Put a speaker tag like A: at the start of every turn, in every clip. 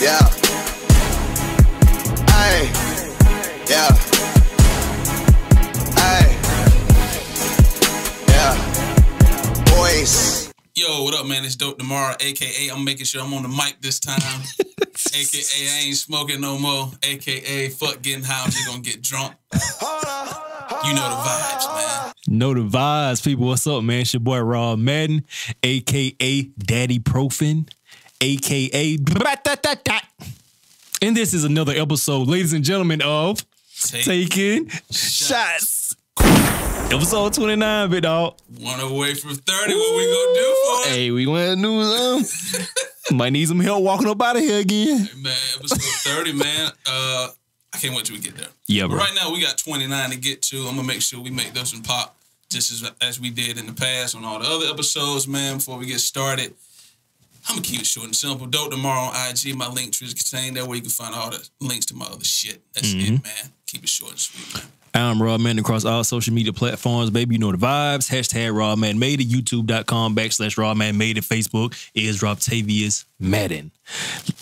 A: Yeah. Ay. Yeah. Ay. Yeah. Boys.
B: Yo, what up, man? It's Dope Tomorrow, aka I'm making sure I'm on the mic this time. aka I ain't smoking no more. Aka fuck getting high, I'm just gonna get drunk. You know the vibes, man.
C: No the vibes, people. What's up, man? It's your boy Rob Madden, aka Daddy Profin, aka Brat-ta-ta-ta. And this is another episode, ladies and gentlemen, of
B: Take,
C: Taking Shots. Episode 29, big dog.
B: one away from 30. What we gonna do for it?
C: Hey, we went new um. Might need some help walking up out of here again.
B: Man, episode 30, man. Uh I can't wait till we get there.
C: Yeah,
B: But
C: bro.
B: right now we got 29 to get to. I'm gonna make sure we make those and pop just as as we did in the past on all the other episodes, man. Before we get started, I'm gonna keep it short and simple. Dope tomorrow on IG. My link tree is contained there where you can find all the links to my other shit. That's
C: Mm-hmm.
B: it, man. Keep it short and sweet, man.
C: I'm Rob Madden across all social media platforms. Baby, you know the vibes. Hashtag Rob Madden Made it. YouTube.com backslash Rob Madden Made it. Facebook is Rob Tavius Madden.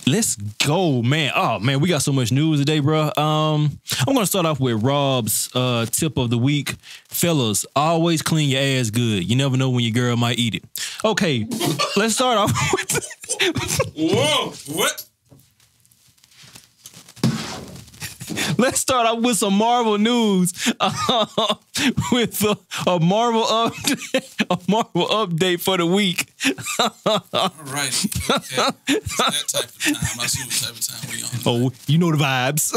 C: Let's go, man. Oh, man, we got so much news today, bro. Um, I'm going to start off with Rob's uh, tip of the week. Fellas, always clean your ass good. You never know when your girl might eat it. Okay, let's start off with.
B: Whoa, what?
C: Let's start off with some Marvel news. Uh, with a, a Marvel update, a Marvel update for the week.
B: All right. Okay. It's that type of time. I see what type of time we on.
C: Oh, you know the vibes.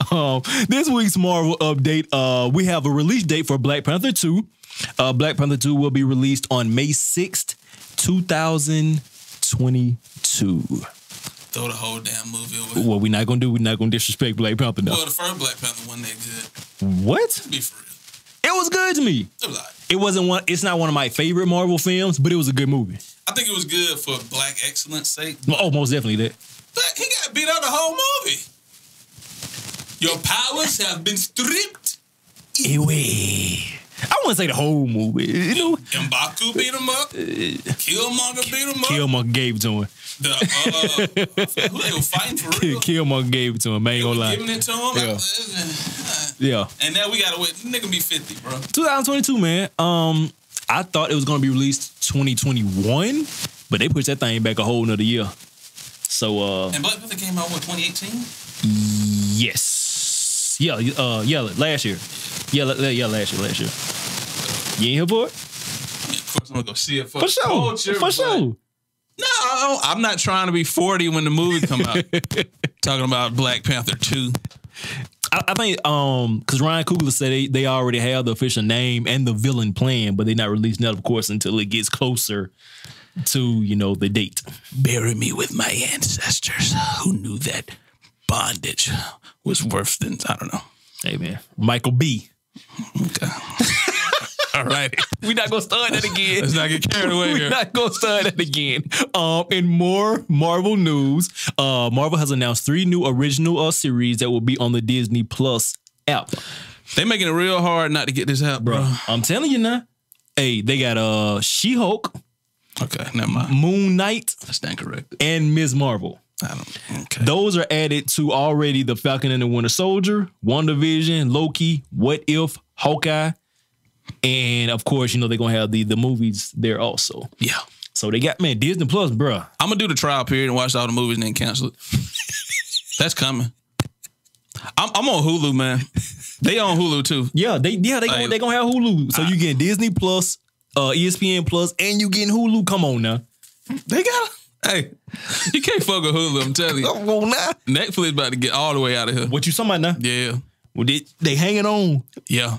C: um, this week's Marvel update, uh, we have a release date for Black Panther 2. Uh, Black Panther 2 will be released on May 6th, 2022.
B: Throw the whole damn movie away.
C: What we not gonna do, we're not gonna disrespect Black Panther now.
B: Well, the first Black Panther one that good.
C: What?
B: Be for real.
C: It was good to me.
B: It was all right.
C: It wasn't one it's not one of my favorite Marvel films, but it was a good movie.
B: I think it was good for black excellence sake.
C: Oh, most definitely that.
B: But he got beat out the whole movie. Your powers have been stripped.
C: Anyway, I wouldn't say the whole movie. You know,
B: Mbaku beat him up. Killmonger beat him up.
C: Killmonger gave it to him.
B: The, uh, who they were fighting for real?
C: Killmonger gave it to him. I ain't gonna
B: Giving
C: lie.
B: it to him.
C: Yeah. Yeah,
B: And now we gotta wait. Nigga be 50, bro.
C: 2022, man. Um, I thought it was gonna be released 2021, but they pushed that thing back a whole nother year. So, uh,
B: And Black Panther came out what 2018?
C: yes, yeah, uh, yeah, last year, yeah, la- yeah, last year, last year. You ain't here for it?
B: Yeah, of course I'm gonna go see it for,
C: For sure,
B: culture,
C: for
B: but-
C: sure.
B: No, I don't- I'm not trying to be 40 when the movie come out. Talking about Black Panther 2.
C: I, I think um because Ryan Coogler said they, they already have the official name and the villain plan, but they're not releasing that, of course, until it gets closer to you know the date.
B: bury me with my ancestors who knew that bondage was worse than I don't know.
C: Hey man, Michael B.
B: Okay. All right.
C: We're not gonna start that again.
B: Let's not get carried away
C: We're
B: here.
C: not gonna start that again. Um, in more Marvel news, uh, Marvel has announced three new original uh, series that will be on the Disney Plus app.
B: They making it real hard not to get this out, bro.
C: I'm telling you now. Hey, they got uh She-Hulk,
B: Okay, never mind.
C: Moon Knight,
B: That's not corrected.
C: and Ms. Marvel.
B: I don't. Okay.
C: Those are added to already the Falcon and the Winter Soldier, WandaVision, Loki, What If, Hawkeye, and of course, you know they're gonna have the the movies there also.
B: yeah.
C: So they got man Disney Plus, bruh.
B: I'm gonna do the trial period and watch all the movies and then cancel it. That's coming. I'm, I'm on Hulu, man. They on Hulu too.
C: Yeah, they yeah they gonna,
B: Like-
C: they gonna have Hulu. So you getting Disney Plus, uh, ESPN Plus, and you getting Hulu. Come on now.
B: They got. Hey, you can't fuck with Hulu. I'm telling you.
C: Come on now.
B: Netflix about to get all the way out of here.
C: What you somebody now?
B: Yeah.
C: Well, they, they hanging on.
B: Yeah.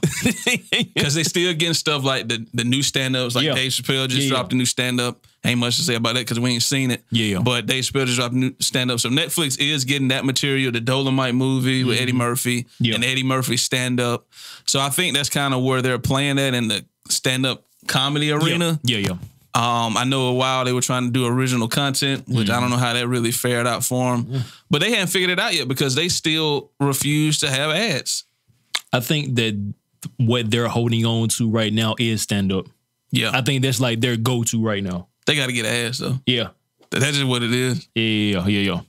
B: Because they still getting stuff like the, the new stand ups, like
C: Yeah.
B: Dave Chappelle just
C: Yeah,
B: dropped a new stand up. Ain't much to say about that because we ain't seen it.
C: Yeah.
B: But Dave Chappelle just dropped a new stand up. So Netflix is getting that material, the Dolomite movie with Eddie Murphy
C: Mm-hmm. Yeah.
B: and Eddie Murphy stand up. So I think that's kind of where they're playing that in the stand up comedy arena.
C: yeah, yeah.
B: Um, I know a while they were trying to do original content, which
C: Mm-hmm.
B: I don't know how that really fared out for them. But they hadn't figured it out yet because they still refuse to have ads.
C: I think that what they're holding on to right now is stand up.
B: Yeah.
C: I think that's like their go to right now.
B: they got to get ads though.
C: Yeah.
B: That's just what it is.
C: Yeah, yeah, yeah.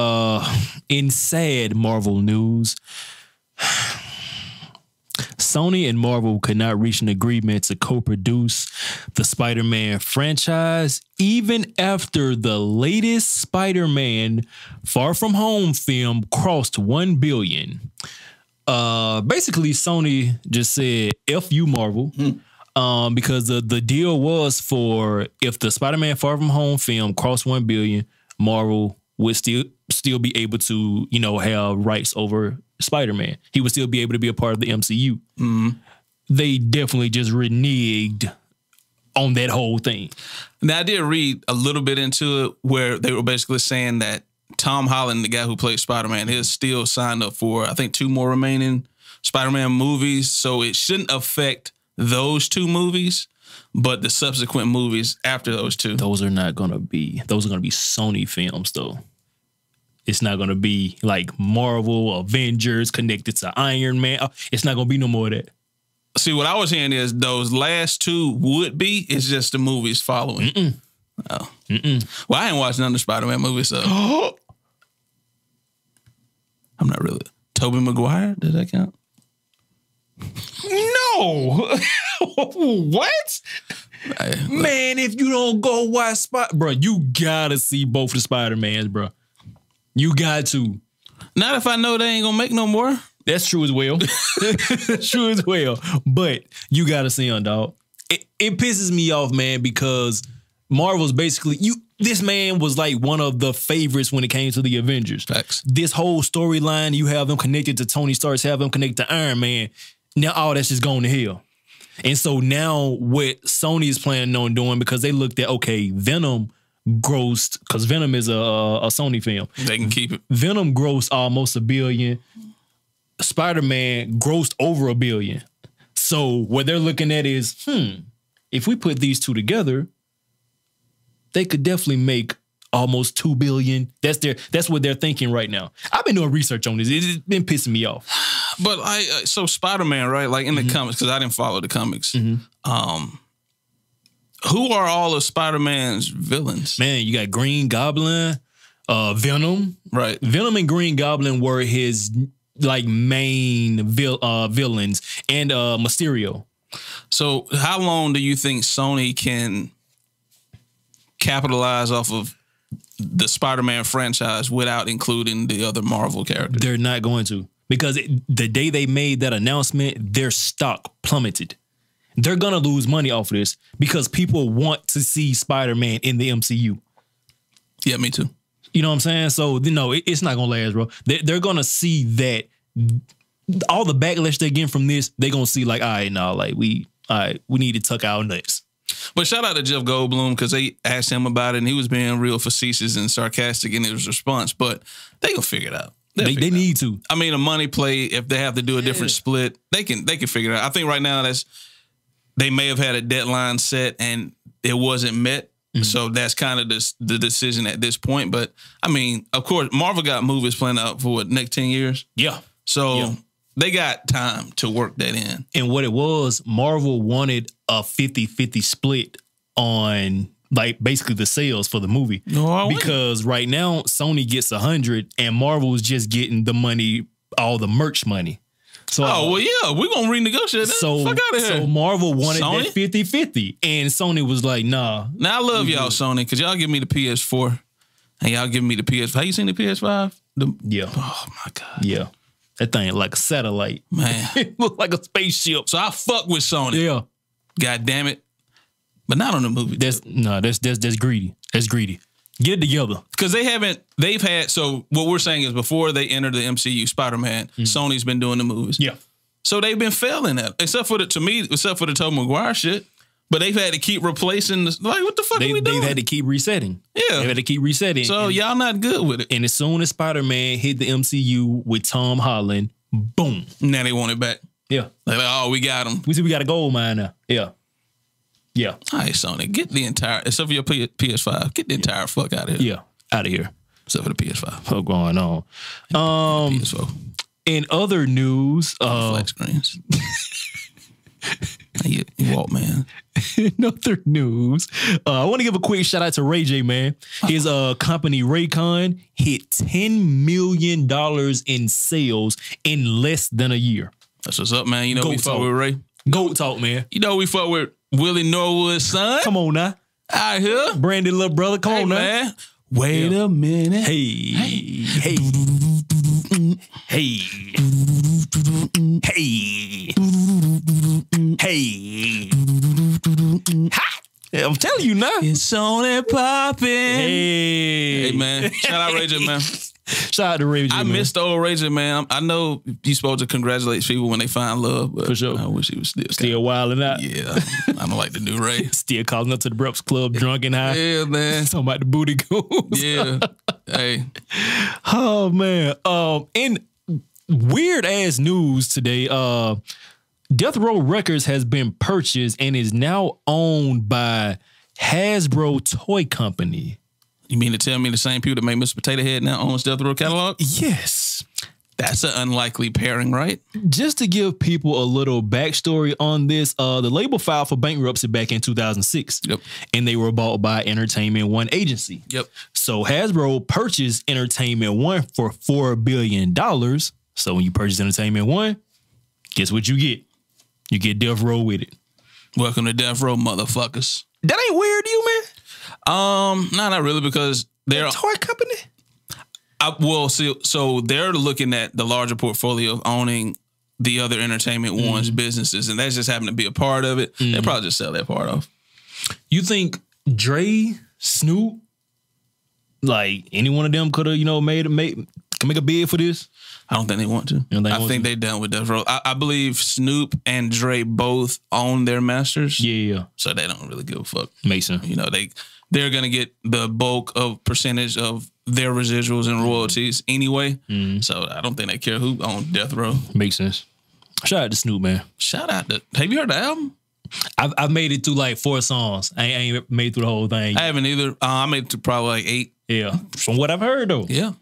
C: Uh, in sad Marvel news, Sony and Marvel could not reach an agreement to co produce the Spider Man franchise, even after the latest Spider Man Far From Home film crossed 1 billion. Uh, basically, Sony just said, F you, Marvel. Um, because the, the deal was for if the Spider Man Far From Home film crossed 1 billion, Marvel would still still be able to, you know, have rights over Spider Man. He would still be able to be a part of the MCU. They definitely just reneged on that whole thing.
B: Now I did read a little bit into it where they were basically saying that Tom Holland, the guy who played Spider Man, is still signed up for I think two more remaining Spider Man movies, so it shouldn't affect those two movies, but the subsequent movies after those two.
C: Those are not gonna be those are gonna be Sony films though. It's not gonna be like Marvel, Avengers connected to Iron Man. Uh, It's not gonna be no more of that.
B: See, what I was hearing is those last two would be. It's just the movies following. Oh. Well, I ain't watched none of the Spider-Man movies, so I'm not really. Toby Maguire, does that count?
C: No. what?
B: I-
C: Man, if you don't go watch Spot, bro, you gotta see both the Spider Mans, bro. You got to.
B: not if I know they ain't gonna make no more.
C: That's true as well. That's true as well. But you gotta see him, dog. It, it pisses me off, man, because Marvel's basically you. This man was like one of the favorites when it came to the Avengers.
B: Facts.
C: This whole storyline, you have them connected to Tony Stark, have them connected to Iron Man. Now all that's just going to hell. And so now what Sony is planning on doing because they looked at okay, Venom grossed because Venom is a a Sony film.
B: They can keep it.
C: Venom grossed almost a billion. Spider Man grossed over a billion. So what they're looking at is, hmm, if we put these two together, they could definitely make almost two billion. That's their that's what they're thinking right now. I've been doing research on this. It's been pissing me off.
B: But I uh, so Spider Man right like in the comics because I didn't follow the comics. Um, who are all of Spider Man's villains?
C: Man, you got Green Goblin, uh, Venom.
B: Right.
C: Venom and Green Goblin were his like main vil- uh, villains, and uh, Mysterio.
B: So, how long do you think Sony can capitalize off of the Spider-Man franchise without including the other Marvel characters?
C: They're not going to because it, the day they made that announcement, their stock plummeted. They're gonna lose money off of this because people want to see Spider Man in the MCU.
B: Yeah, me too.
C: You know what I'm saying? So you know it, it's not gonna last, bro. They, they're gonna see that all the backlash they're getting from this. They're gonna see like, all right, now like we, all right, we need to tuck our nuts.
B: But shout out to Jeff Goldblum because they asked him about it and he was being real facetious and sarcastic in his response. But they gonna figure it out. They'll
C: They,
B: figure
C: they
B: it out.
C: need to.
B: I mean, a money play. If they have to do a different split, they can they can figure it out. I think right now that's they may have had a deadline set and it wasn't met,
C: Mm-hmm.
B: so that's kind of the the decision at this point. But I mean, of course, Marvel got movies planned out for what next ten years,
C: Yeah.
B: so
C: Yeah.
B: they got time to work that in.
C: And what it was, Marvel wanted a 50-50 split on like basically the sales for the movie.
B: No, I wouldn't.
C: because right now Sony gets a hundred and Marvel's just getting the money, all the merch money. So
B: Oh well, yeah, we're gonna renegotiate that.
C: so,
B: Fuck out of here.
C: so Marvel wanted
B: Sony?
C: that 50-50. And Sony was like, nah,
B: now I love y'all,
C: Mm-hmm.
B: Sony, because y'all give me the PS4 and y'all give me the PS. Have you seen the PS5? The,
C: yeah,
B: oh my god,
C: yeah. That thing like a satellite.
B: man.
C: It looked like a spaceship.
B: So I fuck with Sony.
C: Yeah.
B: God damn it. But not on the movie.
C: That's no, that's that's that's greedy. That's greedy. Get it together.
B: Because they haven't, they've had, so what we're saying is before they entered the MCU, Spider Man, Sony's been doing the movies.
C: Mm. Yeah.
B: So they've been failing at, except for the, to me, except for the Tobey Maguire shit. But they've had to keep replacing, this, like, what the fuck
C: They,
B: are we doing?
C: they've had to keep resetting.
B: Yeah.
C: They've had to keep resetting.
B: so
C: and,
B: y'all not good with it.
C: and as soon as Spider Man hit the MCU with Tom Holland, boom.
B: Now they want it back.
C: Yeah.
B: They're like, oh, we got him.
C: We see we got a gold mine now. Yeah. Yeah.
B: All right, Sony, get the entire, except for your P- PS5, get the entire fuck out of here.
C: Yeah. Out of here.
B: Except for the PS5.
C: What's going on? Um
B: PS4.
C: in other news, uh
B: Flat screens. You, you walk, man.
C: In other news, uh, I want to give a quick shout out to Ray J, man. His uh, company Raycon hit ten million dollars in sales in less than a year.
B: That's what's up, man. You know
C: Go
B: we fuck
C: talk.
B: with Ray.
C: Go talk, man.
B: You know we fuck with Willie Norwood's son.
C: Come on now,
B: Out here.
C: Brandon, little brother. Come
B: Hey,
C: on now.
B: man. Wait a minute.
C: Hey, hey, hey, hey, hey. Ha! I'm telling you now.
B: It's only popping. Hey,
C: Hey,
B: man. Shout out Ray J, man.
C: Shout out to Ray J.
B: I
C: man.
B: miss the old Ray J, man. I know you supposed to congratulate people when they find love, but
C: For sure.
B: I wish he was still.
C: still wilding out.
B: Yeah. I don't like the new Ray.
C: Still calling up to the Breakfast Club drunk and high.
B: Yeah, man.
C: Talking about the booty goons.
B: Yeah. hey.
C: Oh man. Um in weird ass news today, uh Death Row Records has been purchased and is now owned by Hasbro Toy Company.
B: You mean to tell me the same people that made Mr. Potato Head now owns Death Row catalog?
C: Yes.
B: That's an unlikely pairing, right?
C: Just to give people a little backstory on this, uh, the label filed for bankruptcy back in 2006,
B: Yep.
C: and they were bought by Entertainment One agency.
B: Yep.
C: So Hasbro purchased Entertainment One for four billion dollars. So when you purchase Entertainment One, guess what you get? You get Death Row with it.
B: Welcome to Death Row, motherfuckers.
C: That ain't weird, to you man.
B: Um, no, not really, because they're
C: Toy company.
B: I, well, see, so they're looking at the larger portfolio of owning the other entertainment
C: Mm-hmm.
B: ones businesses, and that's just happened to be a part of it. They probably just sell that part off.
C: You think Dre, Snoop, like any one of them could have, you know, made a made can make a bid for this?
B: I don't think they want to.
C: don't think they
B: I
C: want
B: think
C: to?
B: they done with Death Row. I, I believe Snoop and Dre both own their masters,
C: Yeah,
B: so they don't really give a fuck.
C: Mason.
B: You know, they they're gonna get the bulk of percentage of their residuals and royalties anyway.
C: Mm-hmm.
B: So I don't think they care who owned Death Row.
C: Makes sense. Shout out to Snoop, man.
B: Shout out to Have you heard the album?
C: I've, I've made it through like four songs. I ain't, I ain't made through the whole thing.
B: I haven't either. Uh, I made it to probably like eight.
C: yeah, from what I've heard though.
B: Yeah,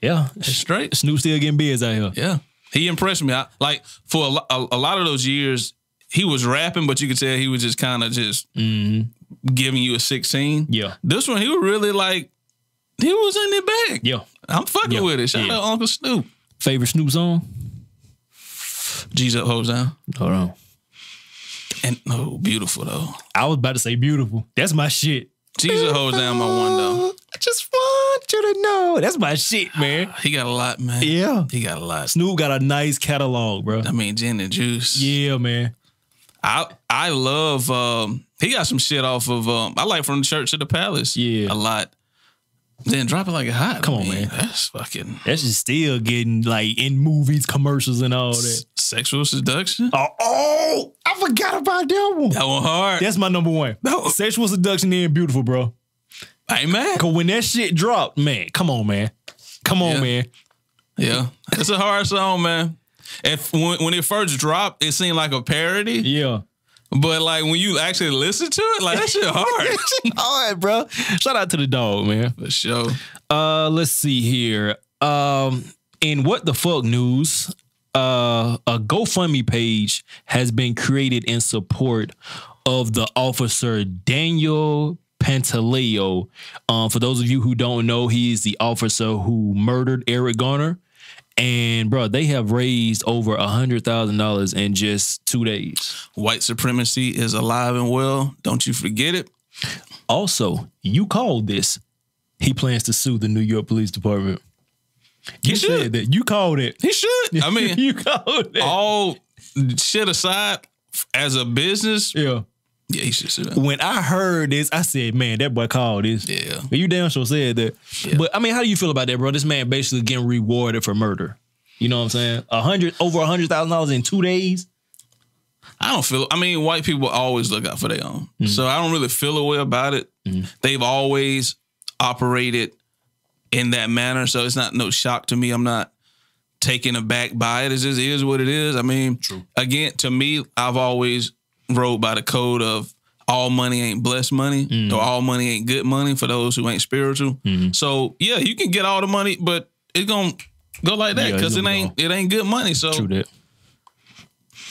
C: Yeah,
B: straight.
C: Snoop still getting bids out here.
B: Yeah, he impressed me. I, like for a, lo- a, a lot of those years, he was rapping, but you could tell he was just kind of just
C: Mm-hmm.
B: giving you a sixteen.
C: Yeah.
B: this one he was really like he was in the bag.
C: Yeah.
B: I'm fucking
C: Yeah.
B: with it. Shout
C: Yeah.
B: out Uncle Snoop.
C: Favorite Snoop song?
B: G's up, hoes down,
C: Hold on.
B: and oh, beautiful though.
C: I was about to say beautiful. That's my shit.
B: G's up, hoes down. My one though.
C: I just want you to know. That's my shit, man.
B: He got a lot, man.
C: Yeah.
B: he got a lot.
C: Snoop got a nice catalog, bro.
B: I mean, gin and juice.
C: Yeah, man.
B: I I love um he got some shit off of um I like from the church to the palace.
C: Yeah.
B: A lot. Then drop it like a hot.
C: Come on, man.
B: That's fucking
C: That's just still getting like in movies, commercials, and all that.
B: s- sexual seduction.
C: Oh, oh, I forgot about that one.
B: That one hard.
C: That's my number one.
B: No.
C: Sexual seduction and beautiful, bro.
B: I ain't mad.
C: Cause when that shit dropped, man, come on, man. Come on,
B: Yeah.
C: man.
B: Yeah. That's a hard song, man. If when, when it first dropped, it seemed like a parody.
C: Yeah.
B: But like when you actually listen to it, like that shit hard.
C: all right, bro. Shout out to the dog, man.
B: For sure.
C: Uh, let's see here. Um, in what the fuck news, uh, a GoFundMe page has been created in support of the officer Daniel Pantaleo. Um, for those of you who don't know, he is the officer who murdered Eric Garner. And bro, they have raised over a hundred thousand dollars in just two days.
B: White supremacy is alive and well. Don't you forget it.
C: Also, you called this. He plans to sue the New York Police Department. You
B: should.
C: said that. You called it.
B: He should. I mean,
C: you called it.
B: all shit aside, f- as a business,
C: yeah.
B: yeah, he should sit down.
C: When I heard this, I said, "Man, that boy called this."
B: Yeah.
C: But You damn sure said that. But I mean, how do you feel about that, bro? This man basically getting rewarded for murder. You know what I'm saying? A hundred over a hundred thousand dollars in two days.
B: I don't feel. I mean, white people always look out for their own, so I don't really feel a way about it. They've always operated in that manner, so it's not no shock to me. I'm not taken aback by it. It just is what it is. I mean, again, to me, I've always rode by the code of all money ain't blessed money or all money ain't good money for those who ain't spiritual. So yeah, you can get all the money, but it's gonna go like that
C: Yeah, it's
B: because it
C: gonna
B: ain't it ain't good money. So
C: that.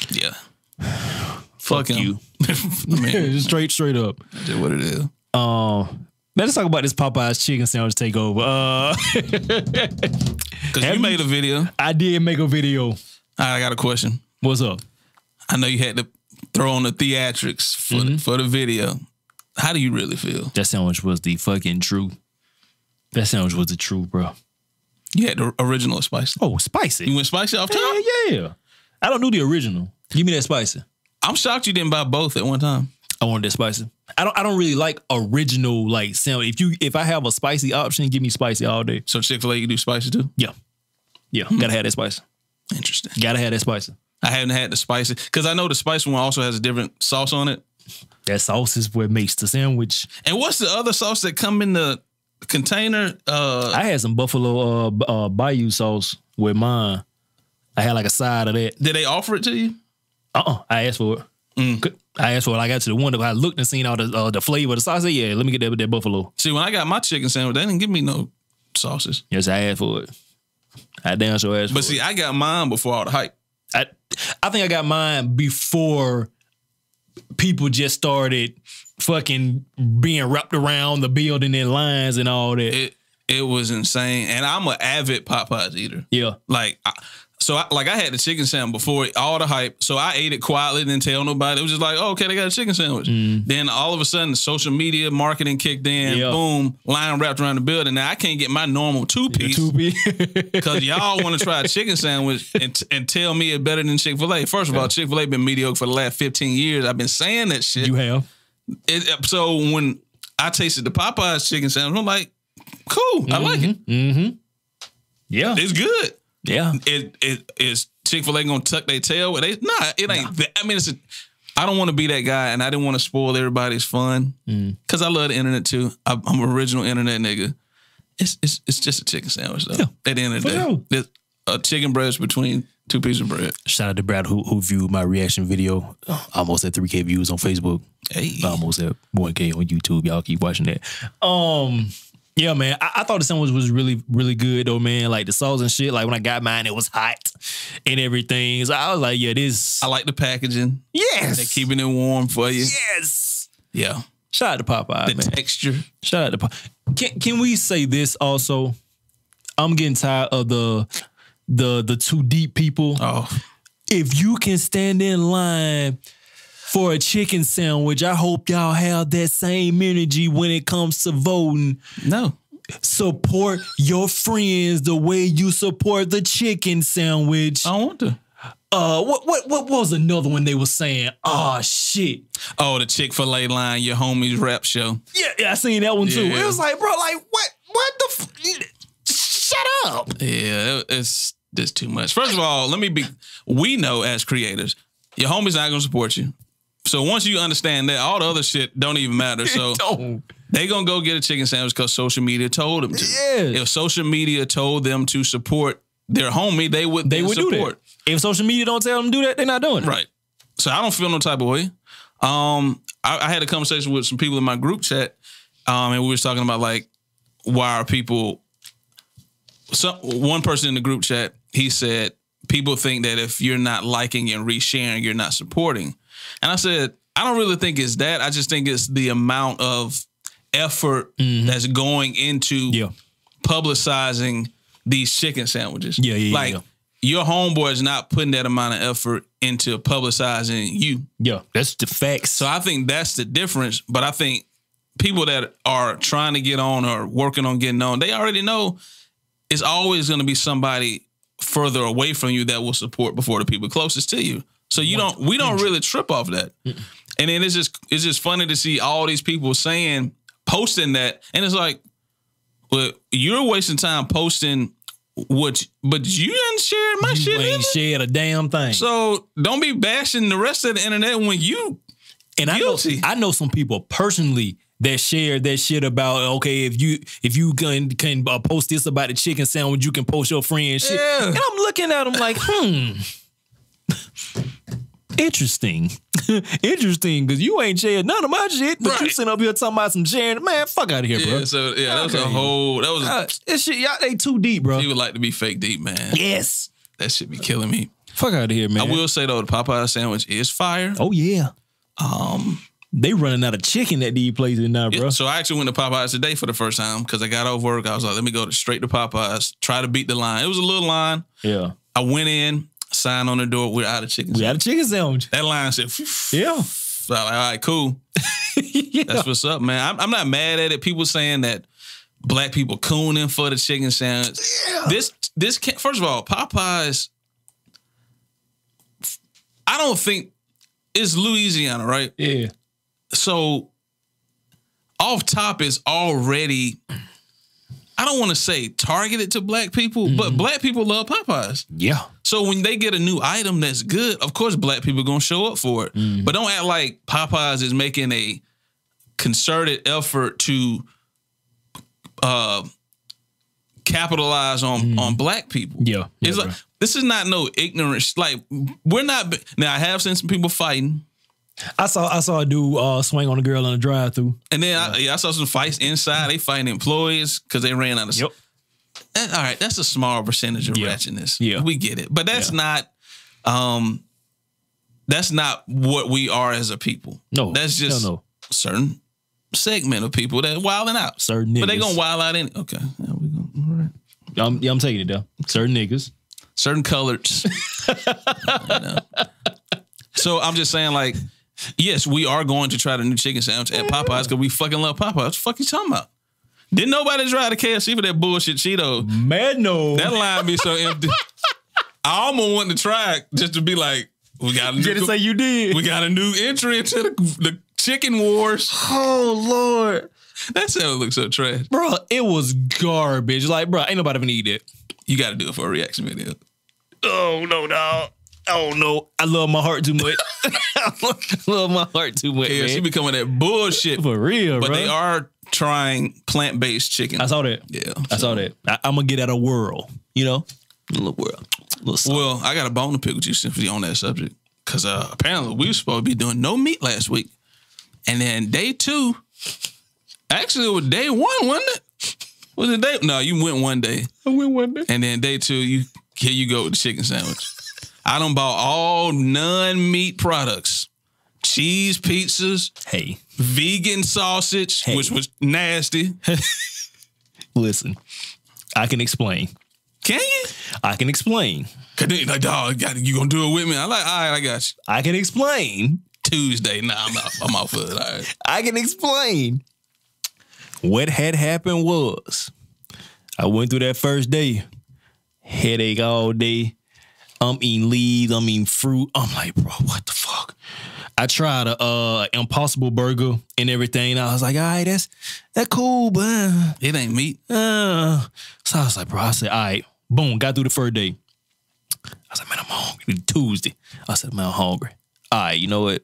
B: yeah.
C: Fuck,
B: him.
C: you.
B: Man,
C: straight, straight up.
B: that's what it is.
C: Um, man, let's talk about this Popeyes chicken sandwich takeover. Uh,
B: Because
C: Have
B: you
C: you-
B: made a video. All right,
C: I did make a video.
B: I got a question.
C: What's up?
B: I know you had to throw on the theatrics for
C: Mm-hmm.
B: the, for the video. How do you really feel?
C: That sandwich was the fucking truth. That sandwich was the truth, bro.
B: You had the original or spicy.
C: Oh, spicy.
B: You went spicy off top.
C: Hell yeah. I don't do the original. Give me that spicy.
B: I'm shocked you didn't buy both at one time.
C: I want that spicy. I don't I don't really like original like sandwich. If you if I have a spicy option, give me spicy all day.
B: So Chick Fil A, you do spicy too.
C: Yeah. Yeah. Gotta have that spicy.
B: Interesting.
C: Gotta have that spicy.
B: I haven't had the spicy because I know the spicy one also has a different sauce on it.
C: That sauce is what makes the sandwich.
B: And what's the other sauce that come in the container? Uh,
C: I had some buffalo uh, b- uh bayou sauce with mine. I had like a side of that.
B: did they offer it to you?
C: Uh uh I asked for it. I asked for it. I got to the one that I looked and seen all the uh, the flavor of the sauce. I said, yeah, let me get that with that buffalo.
B: See, when I got my chicken sandwich, they didn't give me no sauces.
C: Yes, I asked for it. I damn sure asked
B: But
C: for
B: see,
C: it.
B: I got mine before all the hype.
C: I, I think I got mine before people just started fucking being wrapped around the building in lines and all that.
B: It it was insane, and I'm an avid Popeyes eater.
C: yeah.
B: Like, I, so I, like I had the chicken sandwich before all the hype. So I ate it quietly, didn't tell nobody. It was just like, oh, okay, they got a chicken sandwich. Then all of a sudden, social media marketing kicked in.
C: Mm. Yeah.
B: Boom, line wrapped around the building. Now I can't get my normal two piece
C: Two be-
B: because y'all want to try a chicken sandwich and, and tell me it better than Chick Fil A. First of all, Chick Fil A been mediocre for the last fifteen years. I've been saying that shit.
C: you have.
B: It- so when I tasted the Popeyes chicken sandwich, I'm like, cool, I like it.
C: Mm-hmm. Yeah.
B: It's good.
C: Yeah.
B: it it is Chick Fil A gonna tuck their tail? They nah, it ain't. That. I mean, it's. A, I don't want to be that guy, and I didn't want to spoil everybody's fun because I love the internet too. I, I'm an original internet nigga. It's it's it's just a chicken sandwich though. At the end of the
C: For
B: day,
C: real.
B: There's a chicken breast between two pieces of bread.
C: Shout out to Brad who, who viewed my reaction video. Almost at 3K views on Facebook.
B: Hey,
C: Almost at 1K on YouTube. Y'all keep watching that. Um, yeah, man. I, I thought the sandwich was really, really good though, man. Like the sauce and shit. Like when I got mine, it was hot and everything. So I was like, yeah, this
B: I like the packaging.
C: Yes.
B: They're keeping it warm for you.
C: yes.
B: Yeah,
C: Shout out to Popeye,
B: the
C: man.
B: texture.
C: Shout out to Popeye. Can can we say this also? I'm getting tired of the the the two deep people.
B: Oh,
C: if you can stand in line for a chicken sandwich, I hope y'all have that same energy when it comes to voting.
B: no.
C: Support your friends the way you support the chicken sandwich.
B: I don't want to.
C: Uh, what what what was another one they were saying? Oh shit.
B: Oh, the Chick Fil A line, your homies rap show.
C: Yeah, yeah, I seen that one too.
B: Yeah.
C: It was like, bro, like what what the f- shut up.
B: Yeah, it- it's just too much. First of all, let me be. We know as creators, your homie's not gonna support you. So once you understand that, all the other shit don't even matter. So
C: Don't.
B: they gonna go get a chicken sandwich because social media told them to.
C: Yes.
B: If social media told them to support their homie, they would.
C: They
B: then
C: would do
B: support.
C: that. If social media don't tell them to do that, they're not doing it.
B: Right. So I don't feel no type of way. Um, I, I had a conversation with some people in my group chat, um, and we was talking about like why are people. Some one person in the group chat he said people think that if you're not liking and resharing, you're not supporting, and I said I don't really think it's that. I just think it's the amount of effort that's going into
C: Yeah.
B: publicizing these chicken sandwiches.
C: Yeah, yeah, yeah,
B: Like
C: yeah.
B: your homeboy is not putting that amount of effort into publicizing you.
C: Yeah. That's the facts.
B: So I think that's the difference. But I think people that are trying to get on or working on getting on, they already know it's always going to be somebody further away from you that will support before the people closest to you. So you don't we don't really trip off that. And then it's just it's just funny to see all these people saying posting that and it's like well you're wasting time posting what but you didn't share my
C: you
B: shit
C: ain't
B: either.
C: shared a damn thing.
B: So don't be bashing the rest of the internet when you
C: And I know,
B: Guilty.
C: I know some people personally that share that shit about okay if you if you can can uh, post this about the chicken sandwich you can post your friend shit.
B: Yeah.
C: And I'm looking at them like hmm. Interesting, interesting, because you ain't shared none of my shit, but you
B: Right.
C: sitting up here talking about some sharing. Man, fuck out of here,
B: Yeah,
C: bro.
B: so yeah, that was a
C: Okay.
B: whole that was
C: Uh, this shit, y'all, they too deep, bro.
B: he would like to be fake deep, man.
C: Yes,
B: That should be killing me.
C: Fuck out of here, man.
B: I will say though, the Popeye sandwich is fire.
C: Oh yeah. Um, they running out of chicken at these places now,
B: Yeah,
C: bro.
B: so I actually went to Popeyes today for the first time because I got off work. I was like, let me go to straight to Popeyes, try to beat the line. It was a little line.
C: Yeah.
B: I went in, signed on the door, we're out of chicken.
C: We had a chicken sandwich.
B: That line said,
C: Yeah.
B: So I'm like, all right, cool. That's what's up, man. I'm, I'm not mad at it. People saying that black people cooning for the chicken sandwich. This this can first of all, Popeyes. I don't think it's Louisiana, right?
C: Yeah.
B: So off top is already. I don't want to say targeted to black people, but black people love Popeyes.
C: Yeah.
B: So when they get a new item that's good, of course black people gonna show up for it.
C: Mm-hmm.
B: But don't act like Popeyes is making a concerted effort to uh capitalize on on black people.
C: Mm-hmm. Yeah. Yeah,
B: it's like
C: bro.
B: this is not no ignorance. Like we're not now I have seen some people fighting.
C: I saw I saw a dude uh, swing on a girl in a drive through.
B: And then I, yeah, I saw some fights inside. They fighting employees because they ran out of that- all right, that's a small percentage of
C: Yeah.
B: ratchetness.
C: Yeah.
B: We get it. But that's
C: Yeah.
B: not um that's not what we are as a people.
C: No.
B: That's just
C: no, no.
B: certain segment of people that wilding out.
C: Certain
B: But they
C: niggas.
B: gonna wild out any okay. Yeah, we gonna, all right.
C: I'm, yeah, I'm taking it down. Certain niggas.
B: Certain colors. You know. So I'm just saying, like, yes, we are going to try the new chicken sandwich at Popeyes because we fucking love Popeyes. What the fuck you talking about? Didn't nobody try the KFC for that bullshit Cheeto?
C: Man, no.
B: That line be so empty. I almost wanted to try it just to be like, we got a new,
C: you did.
B: we got a new entry into the, the chicken wars.
C: oh Lord.
B: That sound looks so trash.
C: Bro, it was garbage. Like, bro, ain't nobody gonna eat it.
B: You got to do it for a reaction video.
C: Oh no, dog. Oh no. I love my heart too much. I love my heart too much.
B: Yeah,
C: man.
B: she becoming that bullshit.
C: For real,
B: But
C: bro.
B: they are trying plant based chicken.
C: I saw that.
B: yeah.
C: I saw that. I, I'm gonna get out a whirl, you know? A little whirl. A little something.
B: Well, I got a bone to pick with you since we on that subject. Cause uh, apparently we were supposed to be doing no meat last week. And then day two, actually it was day one, wasn't it? Was it day? No, you went one day.
C: I went one day.
B: And then day two, you here you go with the chicken sandwich. I done bought all non-meat products. Cheese pizzas,
C: Hey,
B: vegan sausage,
C: Hey.
B: which was nasty.
C: listen. I can explain.
B: Can you?
C: I can explain.
B: Cause they like, dog, got you gonna do it with me? I like, all right, I got you.
C: I can explain.
B: Tuesday, nah, I'm out. I'm out for it. All right.
C: I can explain. What had happened was I went through that first day, headache all day. I'm eating leaves, I'm eating fruit. I'm like, bro, what the fuck? I tried a uh impossible burger and everything. I was like, all right, that's that cool, but uh,
B: It ain't meat.
C: uh. so I was like, bro, I said, all right, boom, got through the first day. I said, man, I'm hungry. Tuesday. I said, man, I'm hungry. All right, you know what?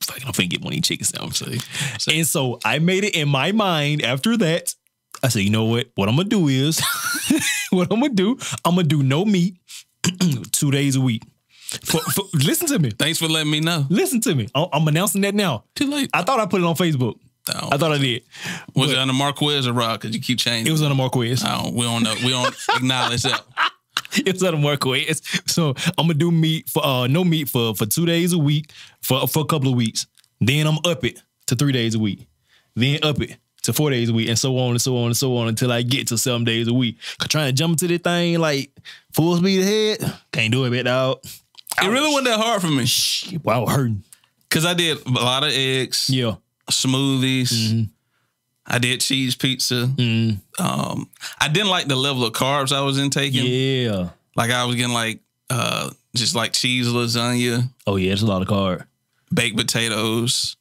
C: Fucking, I'm finna get one of these chicken sandwiches. And so I made it in my mind after that. I said, you know what? What I'm gonna do is, what I'm gonna do, I'm gonna do no meat two days a week. For, for, listen to me.
B: Thanks for letting me know.
C: Listen to me. I'm, I'm announcing that now.
B: Too late.
C: I thought I put it on Facebook.
B: I don't-
C: I thought I did.
B: was it under Marquez or Rod? Cause you keep changing.
C: It was on the Marquez.
B: I don't, we don't know. We don't acknowledge that.
C: it was at a work way. It's, so I'm gonna do meat for uh no meat for for two days a week for for a couple of weeks. Then I'm up it to three days a week. Then up it to four days a week, and so on and so on and so on until I get to seven days a week. 'Cause Trying to jump into this thing like full speed ahead, can't do it, bit dog.
B: It really wasn't that hard for me.
C: Shit, wow, hurting.
B: Cause I did a lot of eggs,
C: Yeah,
B: smoothies.
C: Mm-hmm.
B: I did cheese pizza. Um, I didn't like the level of carbs I was intaking.
C: yeah.
B: Like I was getting like uh just like cheese lasagna,
C: Oh yeah, it's a lot of card.
B: baked potatoes,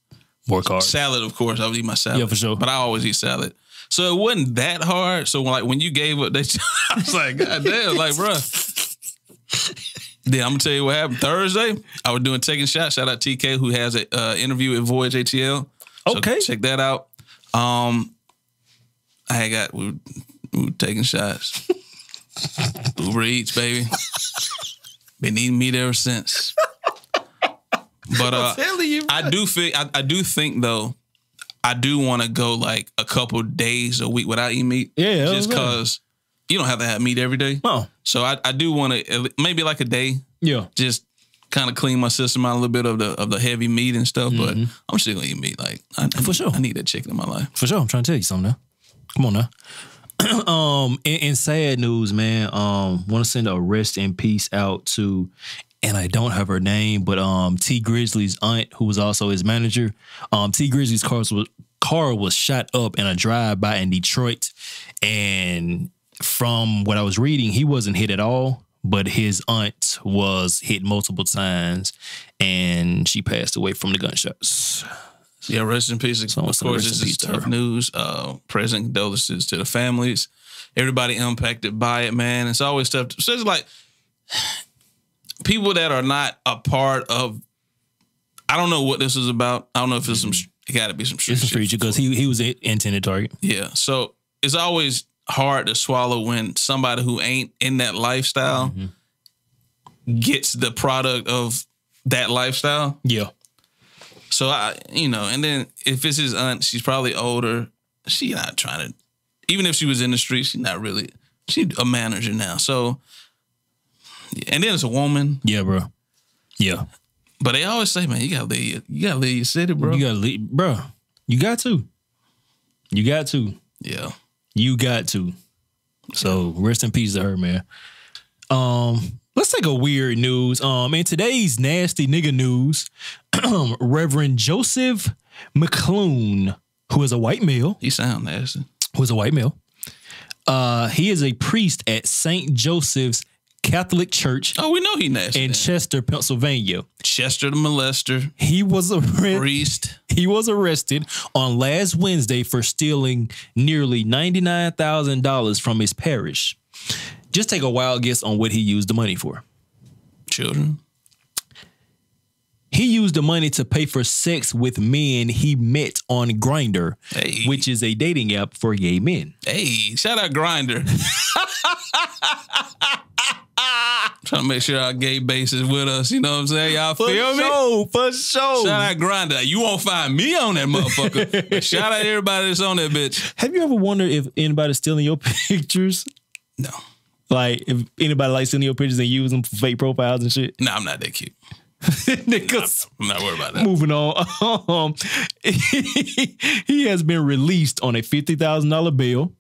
C: More card.
B: salad, of course. I would eat my salad.
C: Yeah, for sure.
B: But I always eat salad. So it wasn't that hard. So like when you gave up that I was like, God damn, like bruh. Then I'm gonna tell you what happened. Thursday, I was doing taking shots. Shout out TK who has an uh, interview at Voyage ATL. So
C: Okay.
B: check that out. Um, I had got we were, we were taking shots. Uber Eats, baby. Been eating meat ever since. But uh,
C: you.
B: I do think I, I do think though, I do want to go like a couple days a week without eating meat.
C: Yeah,
B: just
C: okay.
B: because you don't have to have meat every day.
C: Oh,
B: So I, I do want to maybe like a day
C: Yeah.
B: just kind of clean my system out a little bit of the of the heavy meat and stuff. But I'm still gonna eat meat. Like I,
C: For sure.
B: I need that chicken in my life.
C: For sure. I'm trying to tell you something now. Come on now. um, in, in sad news, man, um, want to send a rest in peace out to, and I don't have her name, but um, T Grizzly's aunt, who was also his manager. Um, T Grizzly's car was, car was shot up in a drive by in Detroit. And from what I was reading, he wasn't hit at all, but his aunt was hit multiple times and she passed away from the gunshots.
B: Yeah, rest in peace.
C: So I wanna
B: of
C: send
B: course,
C: rest
B: this
C: in
B: is
C: peace to
B: tough
C: her.
B: news. Uh, present condolences to the families, everybody impacted by it, man. It's always tough. To, so it's like people that are not a part of. I don't know what this is about. I don't know if it's some. It got to be Mm-hmm. some street
C: It's a
B: shit.
C: preacher because he, he was an intended target.
B: Yeah. So it's always hard to swallow when somebody who ain't in that lifestyle gets the product of that lifestyle.
C: Yeah.
B: So I, you know, and then if it's his aunt, she's probably older. She not trying to, even if she was in the street, she's not really. She a manager now. So, and then it's a woman.
C: Yeah, bro. Yeah.
B: But they always say, man, you gotta leave, your- you gotta leave your city, bro.
C: You gotta leave, bro. You got to. You got to.
B: yeah.
C: You got to. So rest in peace to her, man. Um, let's take a weird news. Um, in today's nasty nigga news, Reverend Joseph McClune, who is a white male,
B: He sound nasty.
C: who is a white male. Uh, he is a priest at St. Joseph's Catholic Church
B: Oh, we know he nasty.
C: in
B: And
C: Chester, Pennsylvania.
B: Chester the molester,
C: He was arrested.
B: priest.
C: He was arrested on last Wednesday for stealing nearly $99,000 from his parish. Just take a wild guess on what he used the money for.
B: children.
C: He used the money to pay for sex with men he met on Grindr,
B: Hey.
C: which is a dating app for gay men.
B: Hey, shout out Grinder. Trying to make sure our gay base is with us. You know what I'm saying? Y'all feel me?
C: for sure.
B: Shout out Grinder. You won't find me on that motherfucker. But shout out everybody that's on that bitch.
C: Have you ever wondered if anybody's stealing your pictures?
B: No.
C: Like if anybody likes stealing your pictures and using them for fake profiles and shit?
B: Nah, I'm not that cute.
C: Niggas.
B: I'm not worried about that.
C: moving on. Um, he has been released on a fifty thousand dollar bail,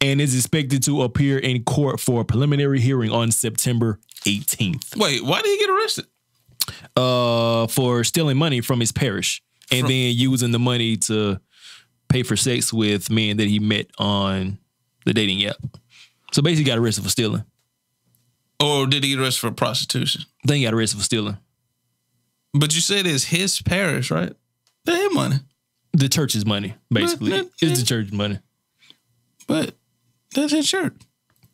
C: and is expected to appear in court for a preliminary hearing on September eighteenth.
B: Wait, why did he get arrested?
C: Uh, for stealing money from his parish and
B: From-
C: then using the money to pay for sex with men that he met on the dating app. So basically, got arrested for stealing.
B: Or did he get arrested for prostitution?
C: Then he got arrested for stealing.
B: But you said it's his parish, right? Their money.
C: The church's money, basically,
B: But- but-
C: it's the church's money.
B: But that's his church.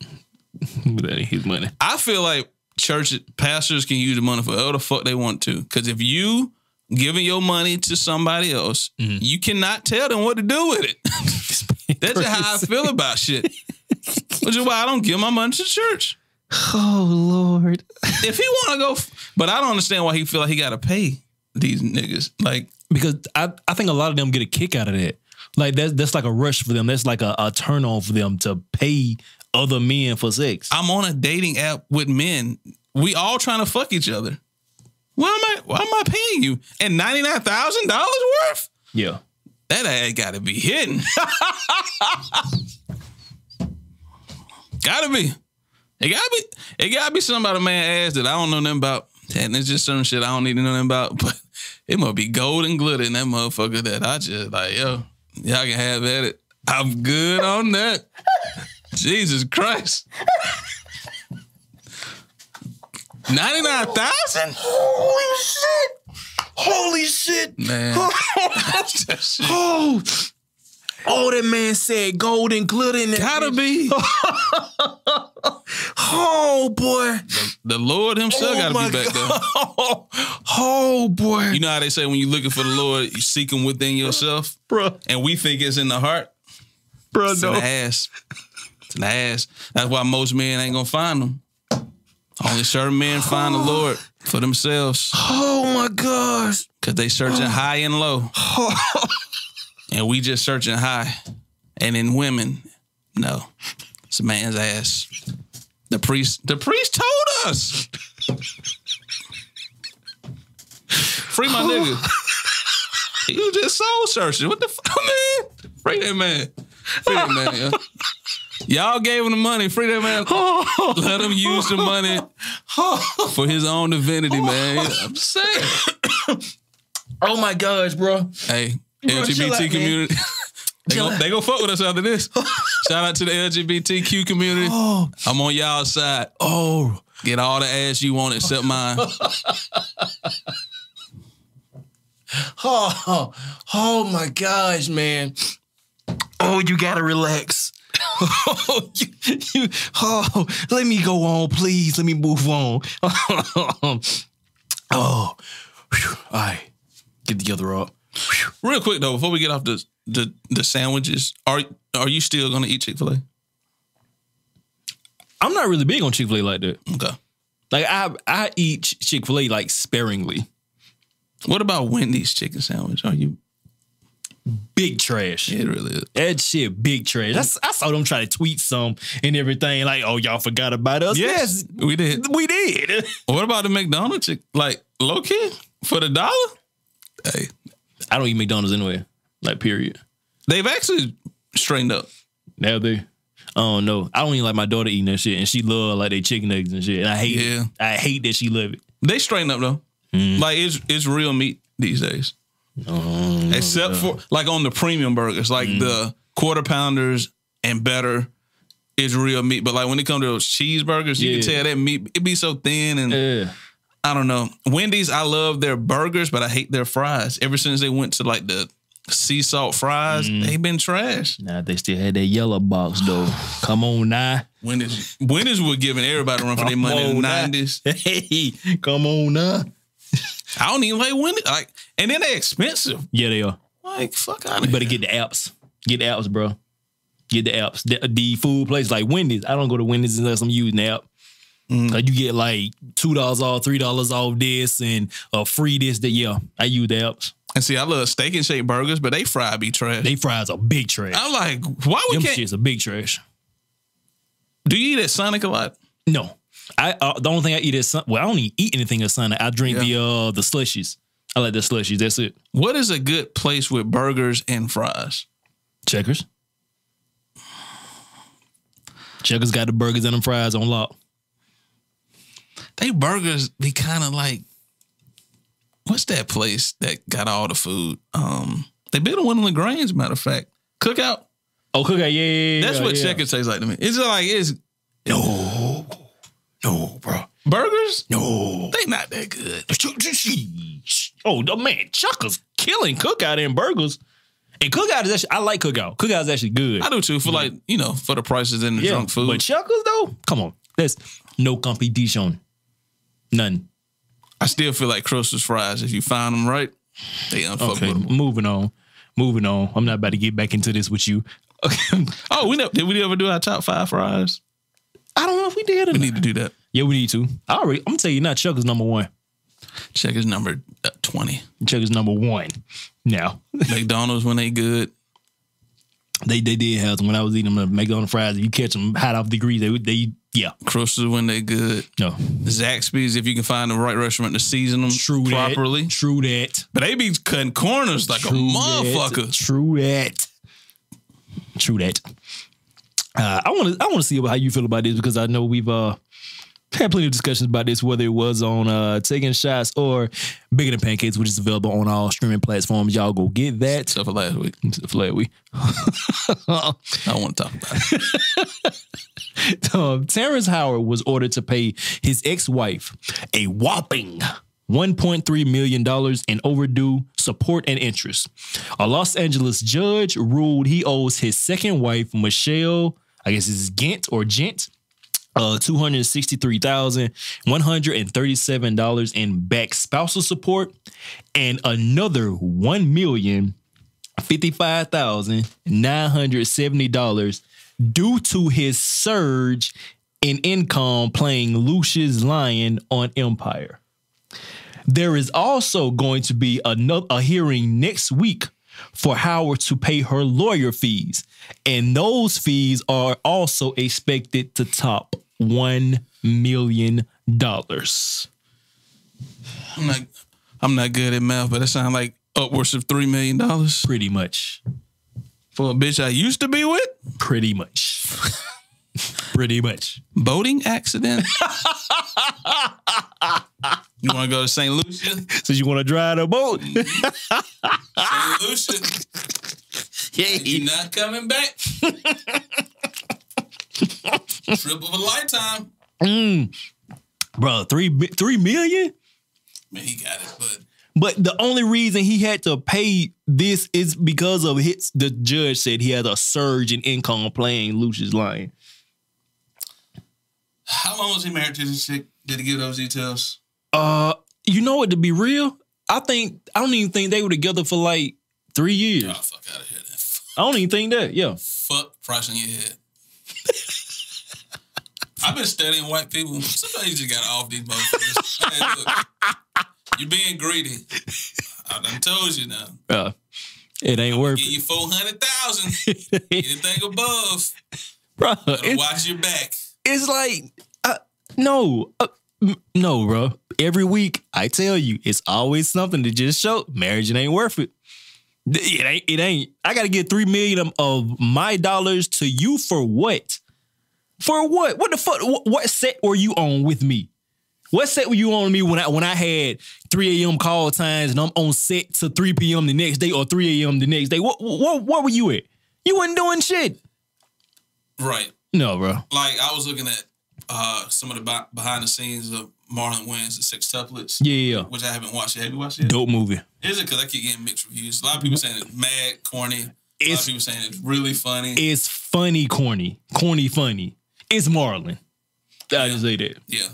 C: that ain't his money.
B: I feel like church pastors can use the money for whatever the fuck they want to. Because if you giving your money to somebody else,
C: Mm-hmm.
B: you cannot tell them what to do with it. That's just how I feel about shit. Which is why I don't give my money to church.
C: Oh Lord.
B: If he want to go, f- but I don't understand why he feel like he got to pay these niggas. Like,
C: because I, I think a lot of them get a kick out of that. Like that's that's like a rush for them. That's like a, a turn on for them to pay other men for sex.
B: I'm on a dating app with men. We all trying to fuck each other. Why am I? Why am I paying you? And ninety nine thousand dollars worth?
C: yeah.
B: That ad gotta be hidden. gotta be. It gotta be. It gotta be somebody man ass that I don't know nothing about. And it's just some shit I don't need to know nothing about. But it must be gold and glitter in that motherfucker that I just like, yo, y'all can have at it. I'm good on that. Jesus Christ. 99,000?
D: Holy shit! Holy shit!
B: Man. That shit
D: Oh, oh, that man said gold and glitter in that.
B: gotta be.
D: Oh boy!
B: The Lord
D: oh
B: Himself got to be back there.
D: God. Oh boy!
B: You know how they say when you're looking for the Lord, you seek Him within yourself,
C: Bruh,
B: and we think it's in the heart.
C: bruh,
B: It's in the ass. It's in the ass. That's why most men ain't gonna find Him. Only certain men find the Lord for themselves
D: oh my gosh!
B: because they searching high and low, and we just searching high. And in women, no, it's a man's ass. The priest, the priest told us. Free my nigga. You just soul searching. What the fuck, man? Free that man. Free that man. yo. Y'all gave him the money. Free that man. Let him use the money for his own divinity, man. I'm saying.
D: Oh my gosh, bro.
B: Hey,
D: chill out,
B: LGBT
D: man.
B: community. They
D: Chill
B: gon'
D: out.
B: they gon' fuck with us after this. Shout out to the LGBTQ community.
D: Oh.
B: I'm on y'all side.
C: Oh,
B: Get all the ass you want except mine.
D: Oh, oh, oh my gosh, man. Oh, you gotta relax.
C: oh, you, you, oh, let me go on, please. Let me move on. oh, whew. all right. Get together up.
B: Real quick though, before we get off the the, the sandwiches, are are you still gonna eat Chick Fil A?
C: I'm not really big on Chick Fil A like that.
B: Okay.
C: Like I, I eat Chick Fil A like sparingly.
B: What about Wendy's chicken sandwich? Are you?
C: Big trash.
B: It really is.
C: That shit, big trash. That's, I saw them try to tweet some and everything. Like, oh, y'all forgot about us.
B: Yes, we did.
C: Yes, we did.
B: What about the McDonald's chick? Like low key for the dollar? Hey,
C: I don't eat McDonald's anyway. Like, period.
B: they've actually straightened up.
C: Now they. I don't know. I don't even like my daughter eating that shit, and she love like they chicken eggs and shit. And I hate
B: Yeah.
C: it. I hate that she love it.
B: They straighten up though.
C: Hmm.
B: Like it's it's real meat these days.
C: Oh,
B: Except for like on the premium burgers, like
C: Hmm.
B: the quarter pounders and better is real meat. But like when it comes to those cheeseburgers, you can
C: Yeah.
B: tell that meat it be so thin and
C: Yeah.
B: I don't know. Wendy's, I love their burgers, but I hate their fries. Ever since they went to like the sea salt fries,
C: Hmm.
B: they've been trash.
C: Nah, they still had that yellow box though. Come on now.
B: Wendy's Wendy's were giving everybody a run for their money in the
C: Come on,
B: nineties.
C: Hey, come on now.
B: I don't even like Wendy's. Like and then they expensive.
C: Yeah, they are.
B: Like fuck out
C: You
B: of
C: better
B: here.
C: get the apps. Get the apps, bro. Get the apps. The, the food place like Wendy's. I don't go to Wendy's unless I'm using the app.
B: Mm.
C: Like you get like two dollars off, three dollars off this, and uh, free this. That yeah, I use the apps.
B: And see, I love steak and shake burgers, but they fry be trash.
C: They fries are big trash.
B: I'm like, why we
C: Them
B: can't?
C: shits are big trash.
B: Do you eat at Sonic a lot?
C: No, I uh, the only thing I eat is sun- well, I don't even eat anything at Sunday. I drink
B: Yeah.
C: the uh the slushies. I like the slushies. That's it.
B: What is a good place with burgers and fries?
C: Checkers. Checkers got the burgers and them fries on lock.
B: They burgers be kind of like, what's that place that got all the food? Um, they built one in Lagrange, matter of fact. Cookout.
C: Oh, cookout, yeah, yeah, yeah.
B: That's what
C: yeah.
B: checkers tastes like to me. It's like it's
C: No, no, bro,
B: burgers.
C: no.
B: They not that good.
C: Oh the man, Chuckers killing cookout and burgers. And cookout is actually I like cookout. Cookout is actually good.
B: I do too for like you know for the prices and the
C: yeah,
B: junk food.
C: but Chuckers though, come on, that's no competition, none.
B: I still feel like Crustless fries if you find them right, they unfuckable.
C: Okay, moving on. Moving on. I'm not about to get back into this with you. Okay.
B: Oh, we never, did we ever do our top five fries?
C: I don't know if we did or
B: We
C: not.
B: need to do that.
C: Yeah, we need to. I already, I'm gonna tell you now, Chuck is number one.
B: Check his number uh, 20.
C: Chuck is number one. Now
B: McDonald's when they good.
C: they they did have them when I was eating them uh, McDonald's fries. If you catch them hot off the grease, they they yeah
B: Crystals when they good.
C: no
B: Zaxby's if you can find the right restaurant to season them
C: true that.
B: properly.
C: true that
B: But they be cutting corners like
C: true
B: a motherfucker.
C: that, true that true that. Uh, I want to I want to see how you feel about this because I know we've uh had plenty of discussions about this, whether it was on uh taking shots or bigger than pancakes, which is available on all streaming platforms. Y'all go get that.
B: Except for last week.
C: Flat we.
B: I don't want to talk about it.
C: Um, Terrence Howard was ordered to pay his ex-wife a whopping $1.3 million in overdue support and interest. A Los Angeles judge ruled he owes his second wife, Michelle, I guess it's Gent or Gent, uh, $263,137 in back spousal support and another $1,055,970 due to his surge in income playing Lucius Lyon on Empire. There is also going to be another a hearing next week for Howard to pay her lawyer fees, and those fees are also expected to top one million dollars.
B: I'm not I'm not good at math, but that sounds like upwards of three million dollars
C: Pretty much.
B: for a bitch I used to be with.
C: Pretty much. Pretty much.
B: Boating accident. you want to go to St. Lucia?
C: So you want to drive the boat?
B: St. Lucia,
D: Yeah.
B: you not coming back. Trip of a lifetime.
C: Bro, three bi- three million?
B: Man, he got it, but
C: But the only reason he had to pay this is because of hits. The judge said he had a surge in income playing Lucius Lyon.
B: how long was he married to this chick? Did he give those details?
C: Uh, you know what? To be real, I think I don't even think they were together for like three years.
B: Oh, fuck out of here then.
C: I don't even think that. Yeah,
B: Fuck price on your head. I've been studying white people. Sometimes you just gotta off these motherfuckers. Hey, look, you're being greedy. I done told you now.
C: uh, it ain't worth
B: Give
C: it,
B: you four hundred thousand. Anything above,
C: bro.
B: better
C: It's,
B: watch your back.
C: it's like uh, no, uh, m- no, bro. Every week I tell you, it's always something to just show marriage it ain't worth it. Th- It ain't. It ain't. I gotta get three million of, of my dollars to you for what? For what? What the fuck? What, what set were you on with me? What set were you on with me when I when I had three a.m. call times and I'm on set to three p.m. the next day or three a.m. the next day? What what what were you at? You wasn't doing shit.
B: Right.
C: No, bro.
B: Like I was looking at uh, some of the bi- behind the scenes of Marlon Wayans the Sextuplets,
C: Yeah, yeah, yeah.
B: which I haven't watched yet. Have you watched it?
C: Dope movie.
B: Is it because I keep getting mixed reviews? A lot of people saying it's mad corny. A lot
C: It's-
B: of people saying it's really funny.
C: It's funny, corny, corny, funny. It's Marlon. I just say that.
B: yeah.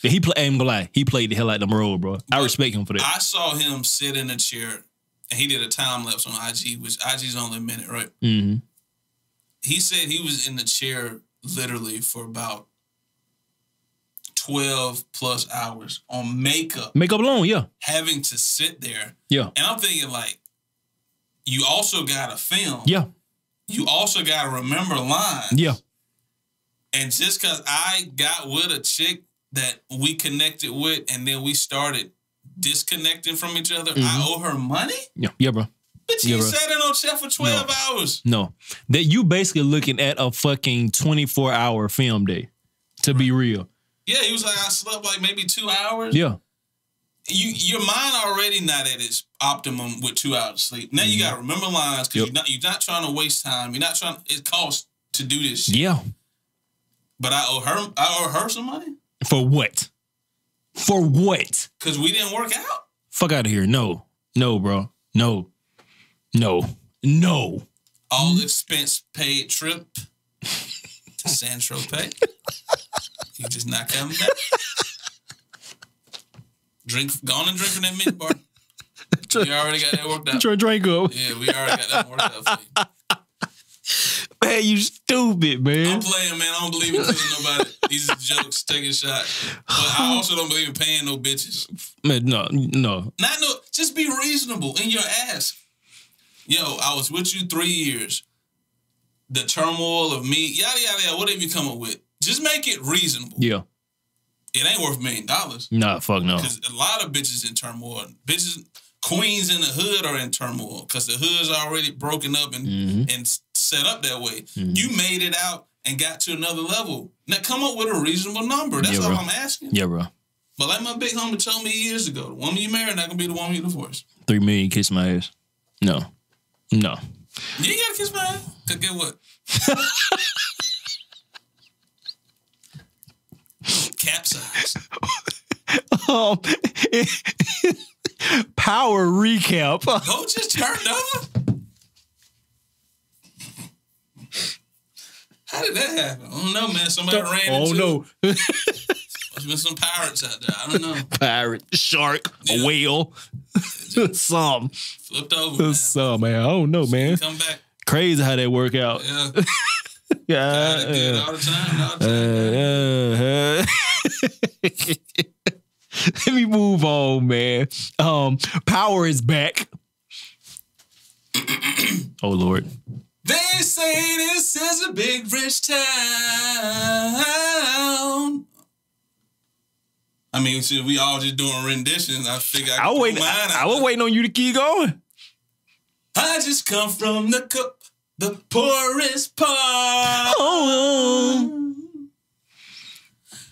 C: He play. I'm gonna lie. He played the hell out of the role, bro. I respect him for that.
B: I saw him sit in a chair and he did a time lapse on IG, which IG's only a minute, right?
C: hmm
B: He said he was in the chair literally for about 12 plus hours on makeup,
C: Makeup alone, yeah,
B: having to sit there.
C: yeah,
B: And I'm thinking, like, you also got to film.
C: yeah,
B: You also got to remember lines.
C: yeah.
B: And just because I got with a chick that we connected with and then we started disconnecting from each other,
C: Mm-hmm.
B: I owe her money?
C: Yeah, yeah, bro.
B: Bitch,
C: Yeah,
B: you
C: bro.
B: sat in on chair for 12 hours.
C: No, that you basically looking at a fucking twenty four hour film day. To be real,
B: Yeah, he was like, I slept like maybe two hours.
C: yeah,
B: You your mind already not at its optimum with two hours of sleep. Now you gotta remember lines because you're
C: Mm-hmm. Yep.
B: not you're not trying to waste time. You're not trying it costs to do this shit.
C: yeah.
B: But I owe her I owe her some money
C: For what? For what?
B: because we didn't work out.
C: Fuck out of here. No, no, bro. No, no, no.
B: All
C: Mm-hmm.
B: expense paid trip to San Tropez. you just not coming back. Drink gone and drink from that mint bar. You already got that worked out.
C: Try to drink up.
B: Yeah, we already got that worked out for you.
C: Man, you stupid,
B: I'm
C: man.
B: playing, man. I don't believe in killing nobody. These are jokes, taking shots. But I also don't believe in paying no bitches.
C: man no, no.
B: Not no, just be reasonable in your ask. Yo, I was with you three years. The turmoil of me, yada yada yada, whatever you come up with. Just make it reasonable.
C: Yeah.
B: It ain't worth a million dollars.
C: Nah, fuck no.
B: Cause a lot of bitches in turmoil. Bitches queens in the hood are in turmoil. Cause the hood's already broken up
C: Mm.
B: and
C: Mm-hmm.
B: and s- set up that way. You made it out and got to another level. Now come up with a reasonable number. That's
C: Yeah,
B: all
C: bro.
B: I'm asking.
C: Yeah, bro.
B: But like my big homie told me years ago, the woman you marry not gonna be the woman you divorce.
C: Three million kiss my ass. No. No.
B: You ain't gotta kiss my ass. Cause get what? Capsized.
C: Um, power recap.
B: Go just turned over. How did that happen? I don't know, man. Somebody ran
C: Oh
B: into
C: no.
B: There's been some pirates out there. I don't know.
C: Pirate, shark,
B: Yeah.
C: a whale. Some.
B: Flipped over. Man.
C: Some, man. I don't know, man.
B: Come back.
C: Crazy how that work out.
B: Yeah. I did
C: Uh, Yeah.
B: all the time. All the
C: Uh,
B: time.
C: uh, uh. Let me move on, man. Um, power is back. oh Lord.
B: They say this is a big rich town. I mean, see, we all just doing renditions. I figure I,
C: I
B: can
C: wait.
B: throw mine
C: I,
B: out
C: I was
B: there.
C: waiting on you to keep going.
B: I just come from the cup, the poorest part.
C: Oh,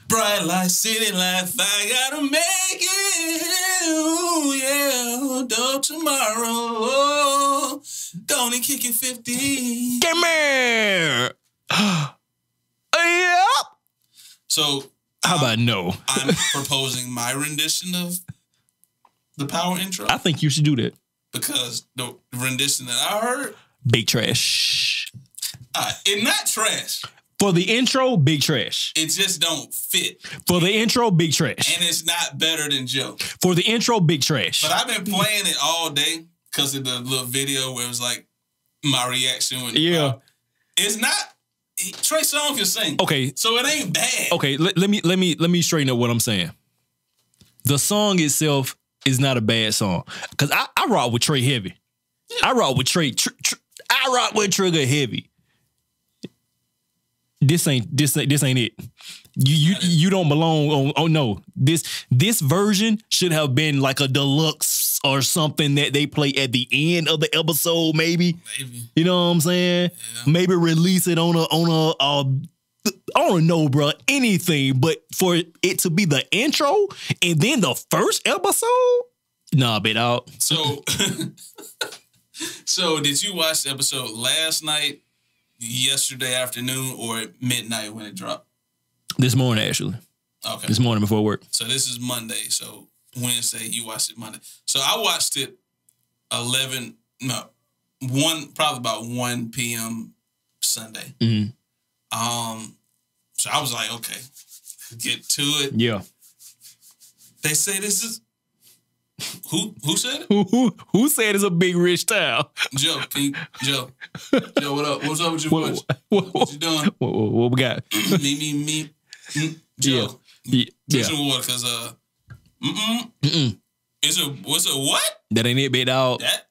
B: Bright light, city life, I gotta make it. Ooh, yeah, don't tomorrow. Oh, don't it kick it 50.
C: come here. yep.
B: So
C: How about no?
B: I'm proposing my rendition of the power intro
C: I think you should do that.
B: because the rendition that I heard,
C: Big trash.
B: uh, it not trash.
C: For the intro, big trash.
B: It just don't fit,
C: For the intro, big trash.
B: and it's not better than Joe.
C: For the intro, big trash.
B: But I've been playing it all day because of the little video where it was like my reaction. When, uh,
C: Yeah.
B: it's not he, Trey Songz can sing,
C: Okay.
B: so it ain't bad.
C: Okay. Let, let me let me let me straighten up what I'm saying. The song itself is not a bad song because I I rock with Trey heavy. I rock with Trey. Tr- tr- I rock with Trigger heavy. This ain't this ain't this ain't it. You you you don't belong on. Oh no, this this version should have been like a deluxe or something that they play at the end of the episode, maybe.
B: Maybe.
C: You know what I'm saying? Maybe release it on a on a um, I don't know, bro. Anything, but for it to be the intro and then the first episode, nah, bit out.
B: So, so did you watch the episode last night, yesterday afternoon, or midnight when it dropped?
C: This morning, actually,
B: Okay.
C: this morning before work.
B: So this is Monday. So Wednesday, you watched it Monday. So I watched it eleven, no, one probably about one p.m. Sunday.
C: Mhm.
B: Um, so I was like, okay, get to it.
C: Yeah.
B: They say this is who who said it?
C: Who who, who said it's a big rich town?
B: Joe, can you, Joe, Joe, what up? What's up with your
C: What
B: voice?
C: what,
B: What
C: what,
B: you doing?
C: what, what we got?
B: me me me. Mm, Joe,
C: Yeah,
B: drink
C: yeah.
B: some water, cause uh, mm-mm,
C: Mm-mm.
B: it's a what's a what?
C: that ain't it, bit out.
B: that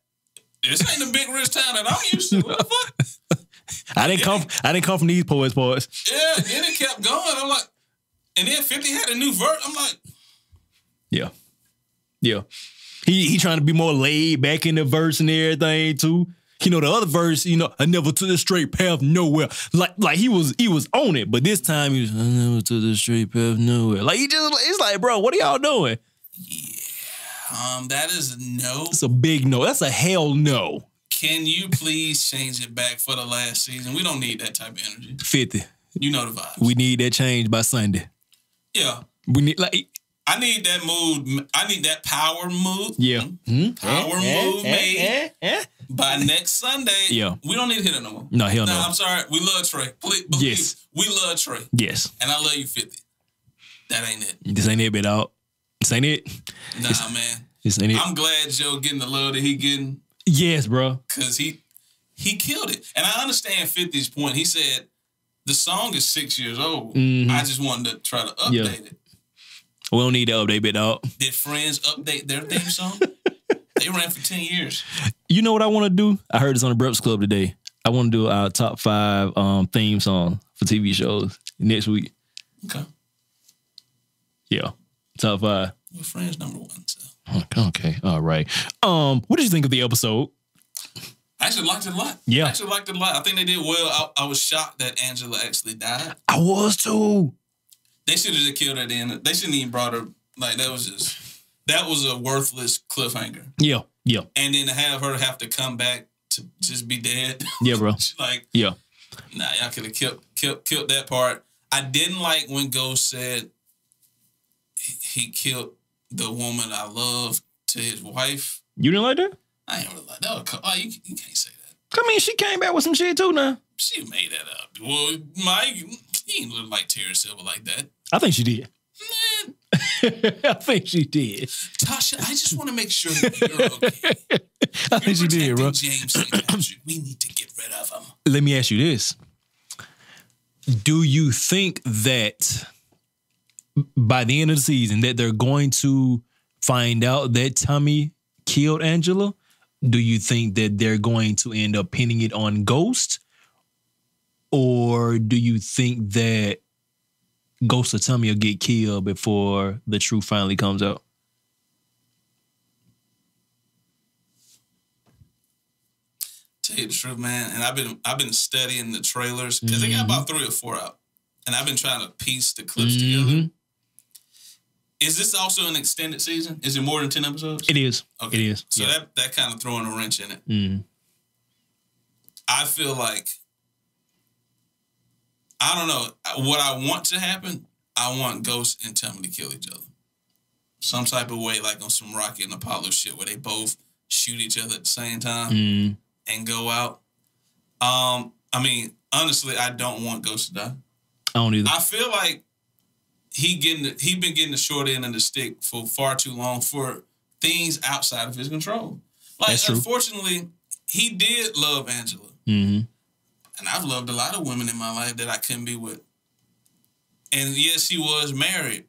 B: this ain't the big rich town that I'm used to. What the fuck?
C: I didn't come. I didn't come from these poets' parts.
B: Yeah, and it kept going. I'm like, and then 50 had a new vert. I'm like,
C: Yeah. Yeah. He he trying to be more laid back in the verse and everything too. You know, the other verse, you know, I never took the straight path nowhere. Like like he was he was on it, but this time he was I never took the straight path nowhere. Like he just it's like, bro, what are y'all doing?
B: um, that is a no.
C: It's a big no. That's a hell no.
B: Can you please change it back for the last season? We don't need that type of energy.
C: 50.
B: You know the vibes.
C: We need that change by Sunday.
B: yeah.
C: We need like
B: I need that mood. I need that power mood.
C: yeah. Hmm?
B: Power move made
C: eh.
B: by next Sunday.
C: Yeah.
B: We don't need to hit it no more.
C: No, hell no.
B: I'm sorry. We love Trey. Please, believe
C: Yes.
B: me, We love Trey.
C: Yes.
B: And I love you, 50. That ain't it.
C: This ain't it, bit out. This ain't it.
B: Nah, man.
C: This ain't it.
B: I'm glad Joe getting the love that he getting
C: yes, bro.
B: because he he killed it. And I understand 50's point. He said the song is six years old.
C: Mhm.
B: I just wanted to try to update
C: Yeah.
B: it.
C: We don't need to update, bit out.
B: Did Friends update their theme song? they ran for ten years.
C: You know what I want to do? I heard this on the Breps Club today. I want to do our top five um, theme song for TV shows next week.
B: Okay,
C: Yeah, top five.
B: well, Friends number one. So
C: Okay, okay, all right. Um, what did you think of the episode?
B: I actually liked it a lot.
C: Yeah.
B: I actually liked it a lot. I think they did well. I, I was shocked that Angela actually died.
C: I was too.
B: They should have just killed her. Then they shouldn't even brought her. Like that was just that was a worthless cliffhanger.
C: Yeah, yeah,
B: and then to have her have to come back to just be dead.
C: yeah, bro.
B: She's like,
C: Yeah,
B: nah, y'all could have killed, killed, killed that part. I didn't like when Ghost said he, he killed the woman I love to his wife.
C: you didn't like that?
B: I ain't really like that. Was, co- oh, you, you can't say that.
C: I mean, she came back with some shit too. Now
B: She made that up. Well, Mike, he ain't look like Terry Silver like that.
C: I think she did.
B: Man,
C: I think she did.
B: Tasha, I just want to make sure that you're okay.
C: I think she
B: You're
C: did, bro.
B: protecting James St. Patrick. We need to get rid of him.
C: let me ask you this do you think that by the end of the season that they're going to find out that tommy killed angela do you think that they're going to end up pinning it on ghost or do you think that Ghost of Tommy will get killed before the truth finally comes out?
B: Tell you the truth, man. And I've been I've been studying the trailers because
C: Mm-hmm.
B: they got about three or four out, and I've been trying to piece the clips together.
C: Mhm.
B: Is this also an extended season? Is it more than ten episodes?
C: It is.
B: Okay.
C: It is.
B: So
C: yeah.
B: that that kind of throwing a wrench in it.
C: Mm.
B: I feel like I don't know what I want to happen. I want Ghost and Tommy to kill each other, some type of way, like on some Rocket and Apollo shit, where they both shoot each other at the same time
C: Mm.
B: and go out. Um, I mean, honestly, I don't want Ghost to die.
C: I don't either.
B: I feel like he getting the, he been getting the short end of the stick for far too long for things outside of his control. Like,
C: That's true.
B: unfortunately, he did love Angela
C: Mhm.
B: and I've loved a lot of women in my life that I couldn't be with. And yes, she was married.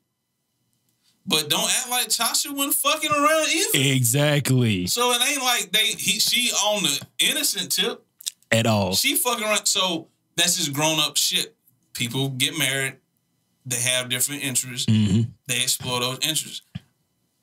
B: But don't act like Tasha wasn't fucking around either.
C: Exactly.
B: So it ain't like they he she on the innocent tip.
C: At all.
B: She fucking around. So that's just grown up shit. People get married. They have different interests.
C: Mhm.
B: They explore those interests.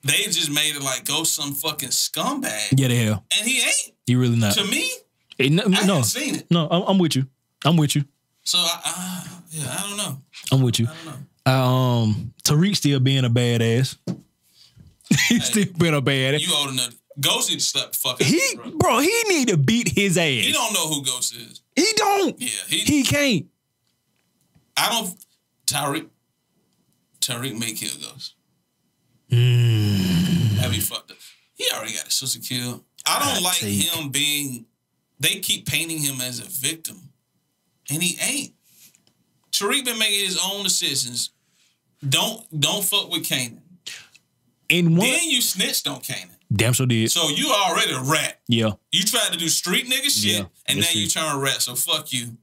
B: They just made it like go some fucking scumbag.
C: Yeah, they have.
B: And he ain't.
C: You really not.
B: To me,
C: Eh, no,
B: I
C: no,
B: haven't seen it.
C: no I'm, I'm with you. I'm with you.
B: So I, I yeah, I don't know.
C: I'm with you.
B: I don't know.
C: Um, Tariq still being a badass. He's still been a badass.
B: You old enough. Ghost need to slap the fuck out
C: He,
B: of you, bro.
C: bro, he need to beat his ass.
B: He don't know who Ghost is.
C: He don't.
B: Yeah, he.
C: He can't.
B: I don't. Tyreek. Tyreek may kill Ghost. That'd be fucked up. He already got his sister killed. I don't
C: Hmm. Hot
B: like
C: take.
B: him being. They keep painting him as a victim, and he ain't. Tariq been making his own decisions. Don't don't fuck with Kanan.
C: And one
B: Then you snitched on Kanan.
C: damn sure did.
B: So you already a rat.
C: Yeah.
B: You tried to do street nigga shit,
C: Yeah,
B: and now
C: that's
B: you
C: it.
B: turn rat. So fuck you.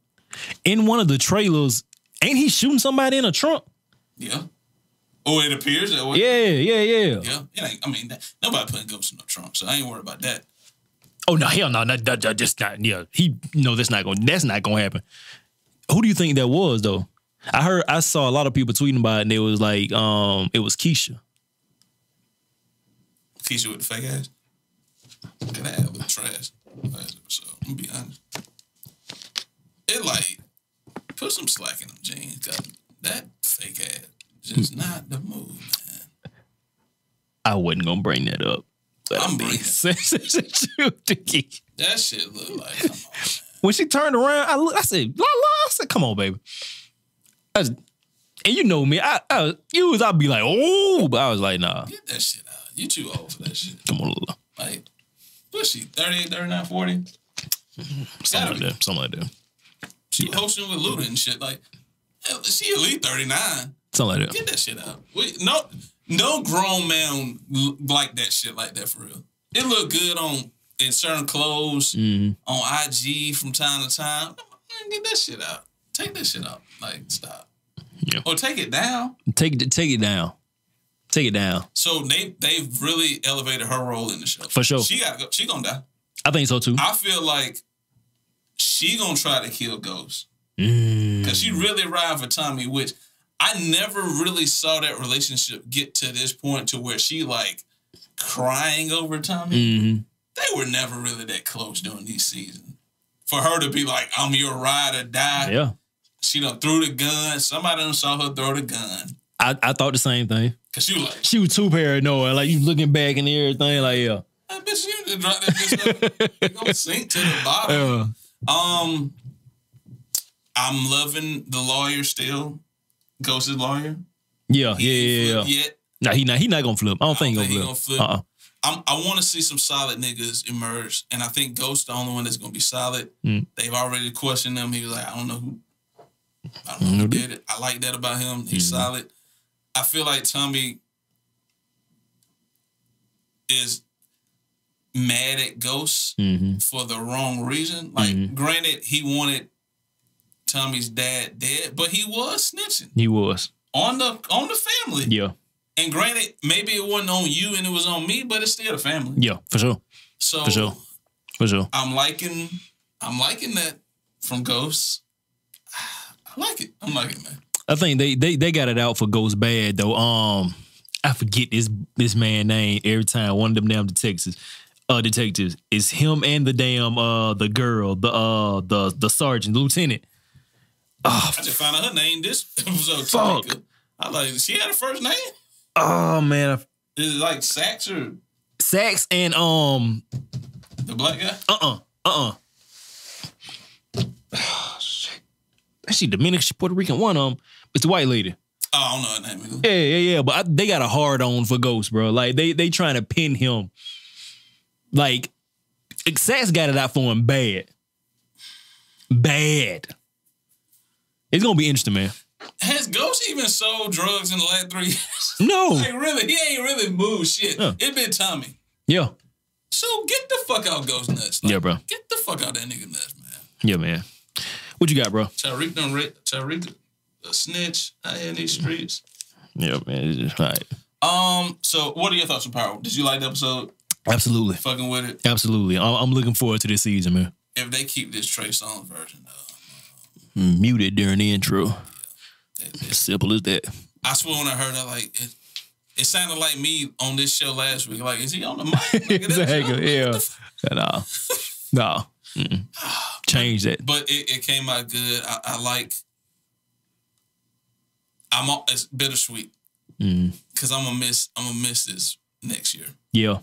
C: In one of the trailers, ain't he shooting somebody in a trunk?
B: Yeah. Or it appears that way.
C: Yeah, yeah, yeah.
B: Yeah. It ain't, I mean, that, nobody putting ghosts in no trunk, so I ain't worried about that.
C: Oh no, hell no, no, that, that, that's not. Yeah, he no, that's not going. That's not going to happen. Who do you think that was though? I heard, I saw a lot of people tweeting about it, and it was like, um, it was Keisha.
B: Keisha with the fake ass. That ad look trash. Last episode. I'm gonna be honest. It like put some slack in them jeans. 'cause that fake ass just not the move, man.
C: I wasn't gonna bring that up. But
B: I'm
C: I'm
B: bringing
C: being
B: it.
C: sensitive to Keisha.
B: That shit look like come on.
C: When she turned around, I looked, I said, "La la," I said, "Come on, baby." I was- and you know me, I, I was- you was I'd be like, "Oh," but I was like, "Nah,
B: Get that shit out. You too old for that shit.
C: come on, Lola.
B: Like, what's she, 38, 39, 40?
C: something like that, something like that,
B: She was hosting with Luda and shit. Like, hell, she at least 39.
C: something like that."
B: Get that shit out. We, no, no grown man l- like that shit like that for real. It look good on in certain clothes
C: Mhm.
B: on IG from time to time. Man, Get that shit out. Take that shit out. Like stop.
C: Yeah.
B: Or take it down.
C: Take it, take it down, take it down
B: So they they've really elevated her role in the show
C: for sure.
B: She got to go. She gonna die.
C: I think so too.
B: I feel like she gonna try to kill Ghost
C: Mm.
B: because she really ride for Tommy, which I never really saw that relationship get to this point to where she like crying over Tommy.
C: hmm
B: They were never really that close during these seasons. For her to be like, "I'm your ride or die,"
C: Yeah,
B: she done threw the gun. Somebody done saw her throw the gun
C: I, I thought the same thing.
B: because she was like,
C: She was too paranoid, like you looking back and everything, like yeah,
B: "That bitch, you just drop that bitch. up. You gonna sink to the bottom."
C: yeah.
B: Um, I'm loving the lawyer still. Ghost's lawyer.
C: Yeah, yeah,
B: He
C: yeah,
B: ain't
C: yeah.
B: flipped Yet
C: Nah, he not. He not gonna flip. I don't think he
B: think
C: gonna
B: he
C: flip.
B: gonna
C: Uh, uh
B: I'm, I want to see some solid niggas emerge, and I think Ghost the only one that's gonna be solid.
C: Mm.
B: They've already questioned him. He was like, I don't know who, I don't know who
C: Mhm.
B: did it. I like that about him. He's solid. I feel like Tommy is mad at Ghost
C: hmm
B: for the wrong reason. Like, granted, he wanted Tommy's dad dead, but he was snitching
C: He was.
B: on the on the family.
C: Yeah,
B: And granted, maybe it wasn't on you and it was on me, but it's still the family.
C: yeah, for sure,
B: So
C: for sure, for sure.
B: I'm liking I'm liking that from Ghosts. I like it. I'm liking it, man.
C: I think they they they got it out for Ghost Bad though. Um, I forget this this man name every time. One of them damn detectives, uh, detectives. It's him and the damn uh the girl, the uh the the sergeant, lieutenant. Oh,
B: I just found out her name this episode.
C: Fuck.
B: Tamika. I like she had a first name.
C: Oh man, I-
B: Is it like Sax or
C: Sax and um
B: the black guy?
C: uh uh uh uh. She Dominican, she Puerto Rican, one of them. It's the white lady.
B: Oh, I don't know her name.
C: Yeah, yeah, yeah. But I, they got a hard on for Ghost, bro. Like they they trying to pin him. Like Sass got it out for him bad, bad. It's gonna be interesting, man.
B: Has Ghost even sold drugs in the last three years?
C: No,
B: like really, he ain't really moved shit.
C: Yeah.
B: It been Tommy.
C: yeah,
B: So get the fuck out Ghost nuts. Like,
C: yeah, bro,
B: Get the fuck out that nigga nuts, man.
C: yeah, man. What you got, bro?
B: Tyreek done ra- Tyreek a snitch out here in these streets.
C: Yeah, man. It's just, all right.
B: Um, so what are your thoughts on Power? Did you like the episode?
C: Absolutely,
B: Fucking with it.
C: absolutely. I'm, I'm looking forward to this season, man.
B: If they keep this Trey Songz version though,
C: Muted during the intro. Simple as that.
B: I swear when I heard that, like it, it sounded like me on this show last week. Like, is he on the mic? Like, is that Joe?
C: Exactly. Yeah. No. uh, No. Mm-mm. Change that.
B: But it, it came out good. I, I like. I'm all, it's bittersweet
C: Mm.
B: because I'm gonna miss I'm gonna miss this next year.
C: Yeah.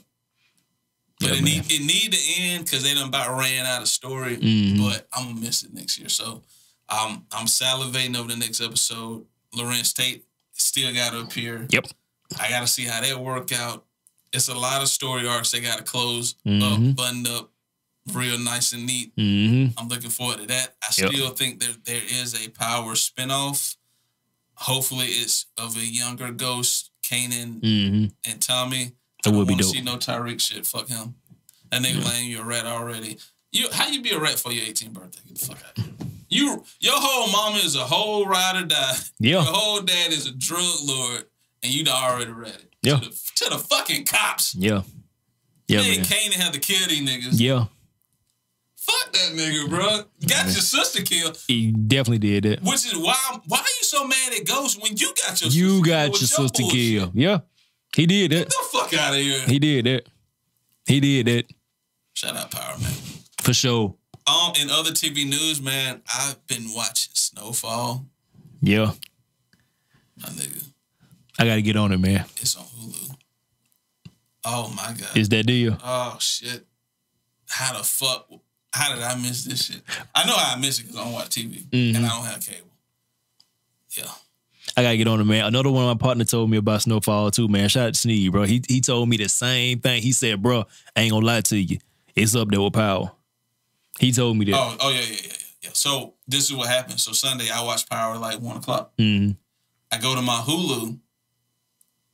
B: But
C: Yeah,
B: it
C: man.
B: need it need to end because they done about ran out of story.
C: Mhm.
B: But I'm gonna miss it next year. So um, I'm salivating over the next episode. Lawrence Tate still got to appear.
C: Yep.
B: I got to see how that work out. It's a lot of story arcs they got to close
C: Mhm.
B: up, button up, real nice and neat.
C: hmm
B: I'm looking forward to that. I
C: Yep.
B: still think there there is a power spinoff. Hopefully, it's of a younger ghost, Kanan
C: hmm
B: and Tommy.
C: That would be
B: wanna
C: dope.
B: See no Tyreek shit. Fuck him. That nigga lame. You're a rat already. You how you be a rat for your 18th birthday? Get the fuck out. Of here. You your whole mama is a whole ride or die.
C: Yeah.
B: Your whole dad is a drug lord, and you done already ratted.
C: Yeah.
B: To the, to the fucking cops.
C: Yeah. Yeah,
B: they
C: man.
B: can't have to kill these niggas.
C: Yeah.
B: Fuck that nigga, bro. Got your sister killed,
C: He definitely did that.
B: which is why. Why are you so mad at Ghost when you got your sister
C: You
B: killed
C: got your
B: with
C: sister
B: bullshit?
C: killed. Yeah. He did
B: Get
C: that.
B: the fuck out of here.
C: He did that. He did that.
B: Shout out, Power Man.
C: For sure.
B: Um, in other TV news, man, I've been watching Snowfall.
C: Yeah.
B: My nigga,
C: I gotta get on it, man.
B: it's on Hulu. Oh my god.
C: It's that deal.
B: oh shit. How the fuck? How did I miss this shit? I know how I miss it because I don't watch TV and I don't have cable. Yeah.
C: I gotta get on it, man. Another one of my partner told me about Snowfall too, man. Shout out to Sneed, bro. He he told me the same thing. He said, bro, I ain't gonna lie to you. It's up there with power. He told me that.
B: Oh, oh yeah, yeah, yeah, yeah, yeah. So this is what happened. So Sunday, I watch Power like one o'clock.
C: Mhm.
B: I go to my Hulu,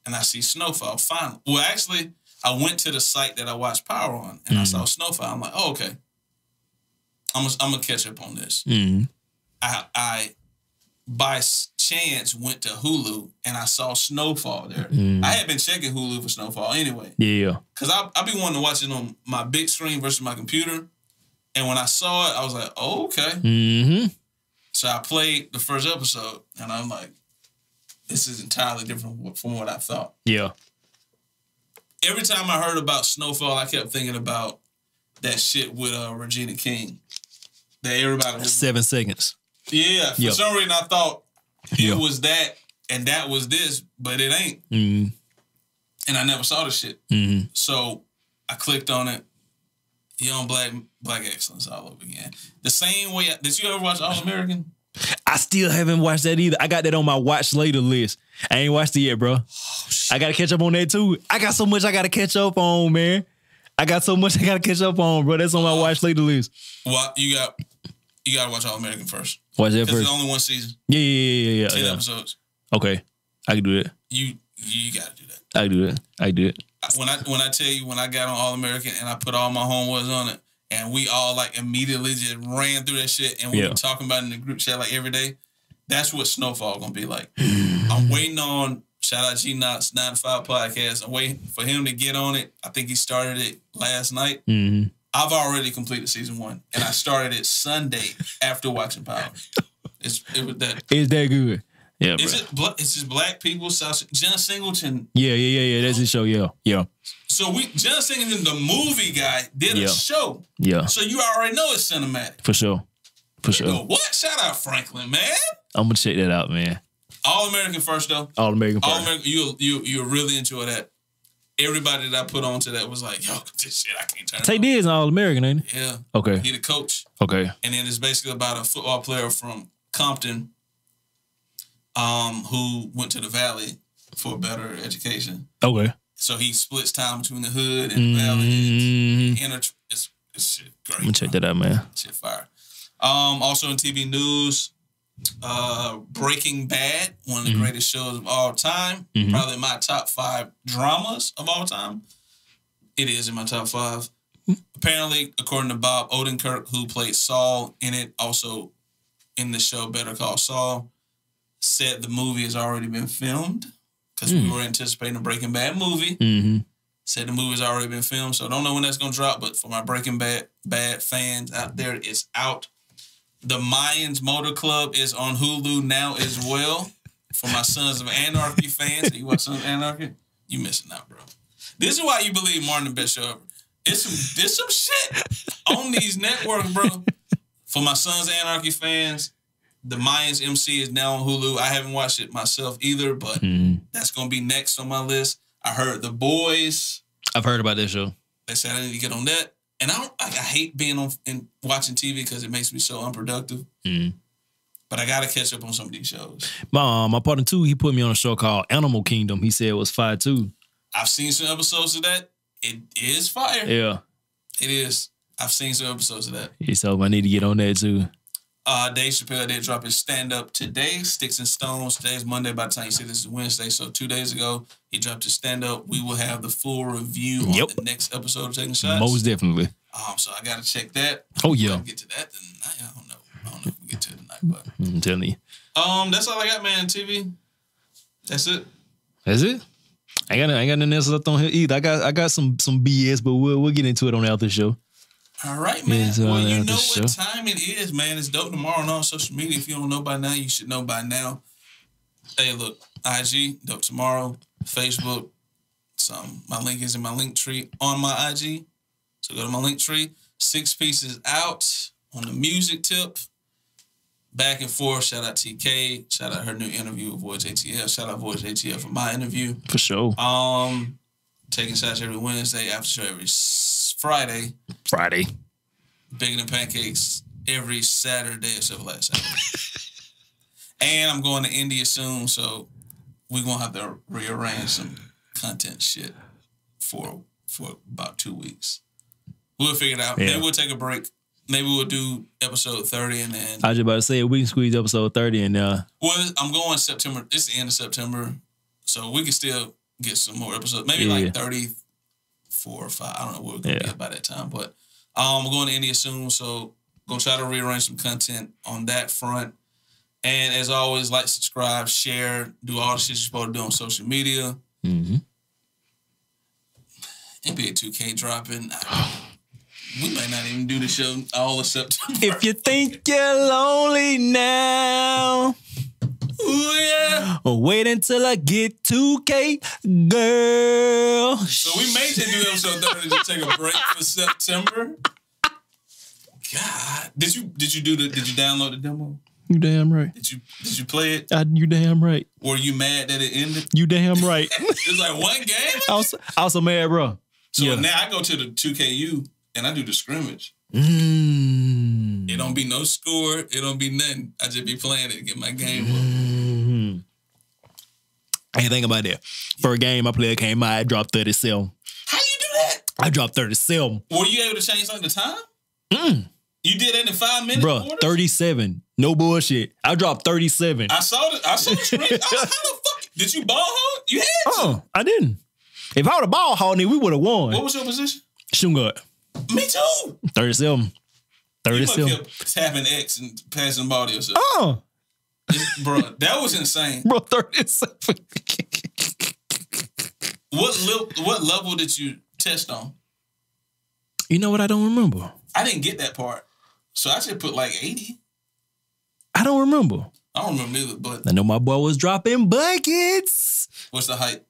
B: and I see Snowfall. Finally, well, actually, I went to the site that I watched Power on, and I saw Snowfall. I'm like, oh, okay. I'm gonna, I'm gonna catch up on this.
C: Mhm.
B: I, I by s- chance went to Hulu and I saw Snowfall there. I had been checking Hulu for Snowfall anyway.
C: Yeah.
B: Cause I I be wanting to watch it on my big screen versus my computer. And when I saw it, I was like, oh, okay.
C: Mm-hmm.
B: So I played the first episode and I'm like, this is entirely different wh- from what I thought.
C: Yeah.
B: Every time I heard about Snowfall, I kept thinking about that shit with uh, Regina King. That everybody was.
C: Seven seconds.
B: Yeah, for
C: Yeah.
B: some reason I thought it
C: Yeah.
B: was that and that was this, but it ain't.
C: Mm.
B: And I never saw the shit.
C: Mm.
B: So I clicked on it. Young Black Black Excellence all over again. The same way. Did you ever watch All American?
C: I still haven't watched that either. I got that on my watch later list. I ain't watched it yet, bro. I gotta catch up on that too. I got so much I gotta catch up on, man. I got so much I gotta catch up on, bro. That's on my watch later list.
B: Well, you got you got to watch All American first.
C: Watch that
B: Because
C: first.
B: it's only one season,
C: Yeah, yeah, yeah, yeah,
B: ten
C: Oh, yeah. yeah.
B: episodes.
C: Okay, I can do that.
B: You you got to do that.
C: I can do that. I can do it.
B: When I when I tell you when I got on All American and I put all my homeworks on it. And we all like immediately just ran through that shit, and we
C: Yeah.
B: were talking about it in the group chat like every day. That's what Snowfall gonna be like. I'm waiting on shout out G Knox 95 podcast. I'm waiting for him to get on it. I think he started it last night.
C: hmm
B: I've already completed season one, and I started it Sunday after watching Power. It's it was that
C: It's that good. Yeah, bro.
B: Is it bla- is this black people? South John Singleton.
C: yeah, yeah, yeah, yeah. That's his show. Yeah, yeah,
B: So we John Singleton, the movie guy, did
C: Yeah.
B: a show.
C: yeah.
B: So you already know it's cinematic.
C: For sure, for
B: You go,
C: sure.
B: what? Shout out Franklin, man.
C: I'm gonna check that out, man.
B: All American first though.
C: All American
B: All
C: Party.
B: American, you you you really enjoy that. Everybody that I put on to that was like, yo, this shit I can't turn. it
C: Tay
B: off.
C: Diggs, an All American, ain't he?
B: Yeah,
C: Okay,
B: he the coach.
C: okay.
B: and then it's basically about a football player from Compton, um, who went to the Valley for better education.
C: Okay.
B: So he splits time between the hood and the Valley.
C: Mm-hmm.
B: And it's, it's, it's shit great.
C: I'm gonna check that out, man.
B: Shit fire. Um, also in TV news, uh, Breaking Bad, one of the greatest shows of all time.
C: Mhm.
B: Probably my top five dramas of all time. It is in my top five. Apparently, according to Bob Odenkirk, who played Saul in it, also in the show Better Call Saul, said the movie has already been filmed because we
C: Mm.
B: were anticipating a Breaking Bad movie
C: Mm-hmm.
B: said the movie's already been filmed, so I don't know when that's gonna drop. But for my Breaking Bad bad fans out there, it's out. The Mayans Motor Club is on Hulu now as well. For my Sons of Anarchy fans, you watch Sons of Anarchy? You missing out, bro. This is why you believe Martin the best show ever. It's some, there's some shit on these networks, bro. For my Sons of Anarchy fans, the Mayans MC is now on Hulu. I haven't watched it myself either, but
C: Mm-hmm.
B: that's gonna be next on my list. I heard The Boys.
C: I've heard about that show.
B: They said I need to get on that, and I don't, like, I hate being on and watching TV because it makes me so unproductive.
C: Mm.
B: But I gotta catch up on some of these shows.
C: My um, my partner too. He put me on a show called Animal Kingdom. He said it was fire too.
B: I've seen some episodes of that. It is fire.
C: Yeah.
B: It is. I've seen some episodes of that.
C: He told me I need to get on that too.
B: Uh, Dave Chappelle did drop his stand up today, Sticks and Stones. Today's Monday. By the time you see this is Wednesday, so two days ago he dropped his stand up. We will have the full review
C: Yep.
B: on the next episode of Taking Shots.
C: Most definitely.
B: um, so I gotta check that.
C: Oh yeah.
B: I'll get to that tonight. I don't know. I don't know if we get to it tonight, but.
C: I'm telling you.
B: Um, that's all I got, man. TV. That's it.
C: That's it. I ain't got I ain't got nothing else left on here either. I got I got some some BS, but we'll we'll get into it on the after show.
B: All right, man.
C: it's all
B: well,
C: I
B: you
C: got
B: know
C: this
B: what time it is, man. It's dope tomorrow on all social media. If you don't know by now, you should know by now. Hey, look, IG, dope tomorrow, Facebook, some my link is in my link tree on my IG. So go to my link tree. Six pieces out on the music tip. Back and forth. Shout out TK. Shout out her new interview with Voice ATF. Shout out Voice ATF for my interview.
C: For sure.
B: Um, taking shots every Wednesday, after show every s- Friday,
C: Friday.
B: bigger than pancakes every Saturday except for last Saturday. and I'm going to India soon, so we're gonna have to rearrange some content shit for for about two weeks. We'll figure it out.
C: Yeah.
B: Maybe we'll take a break. Maybe we'll do episode thirty, and then
C: I was just about to say we can squeeze episode 30 and uh
B: well, I'm going September. It's the end of September, so we can still get some more episodes. Maybe
C: Yeah.
B: like 34 or five. I don't know where we're gonna
C: Yeah.
B: be at by that time, but um, I'm going to India soon, so gonna try to rearrange some content on that front. And as always, like, subscribe, share, do all the shit you're supposed to do on social media.
C: mhm.
B: NBA 2K dropping. I- we might not even do the show all of September.
C: if you think you're lonely now,
B: Ooh, yeah.
C: wait until I get 2K girl.
B: So we may just do episode thirty to take a break for September. God, did you did you do the did you download the demo?
C: You damn right.
B: Did you did you play it?
C: I, you damn right.
B: Were you mad that it ended?
C: You damn right.
B: It's like one game.
C: I was I was so mad, bro.
B: So
C: Oh, Yeah.
B: now I go to the two KU and I do the scrimmage.
C: Mm.
B: It don't be no score. It don't be nothing. I just be playing it, get my game
C: Mm-hmm.
B: up.
C: Mhm. Hey, think about that. For a game, my player came out, I dropped 37.
B: How you do that?
C: I dropped 37.
B: Were you able to change like the time?
C: Mm.
B: You did that in five minutes.
C: Bro,
B: quarters?
C: 37. No bullshit. I dropped 37.
B: I saw the I saw the scrimmage. I was, how the fuck did you ball hold? You had to.
C: Oh, I didn't. If I would have ball hogged it, we would have
B: What
C: won.
B: was your position?
C: Shooting guard.
B: Me too.
C: 37.
B: You must
C: 37.
B: kept tapping X and passing the ball to yourself.
C: Oh,
B: Bro, that was insane.
C: bro, 37.
B: What li- what level did you test on?
C: you know what? I don't remember.
B: I didn't get that part. So I should put like 80.
C: I don't remember.
B: I don't remember either, but
C: I know my boy was dropping buckets.
B: what's the height?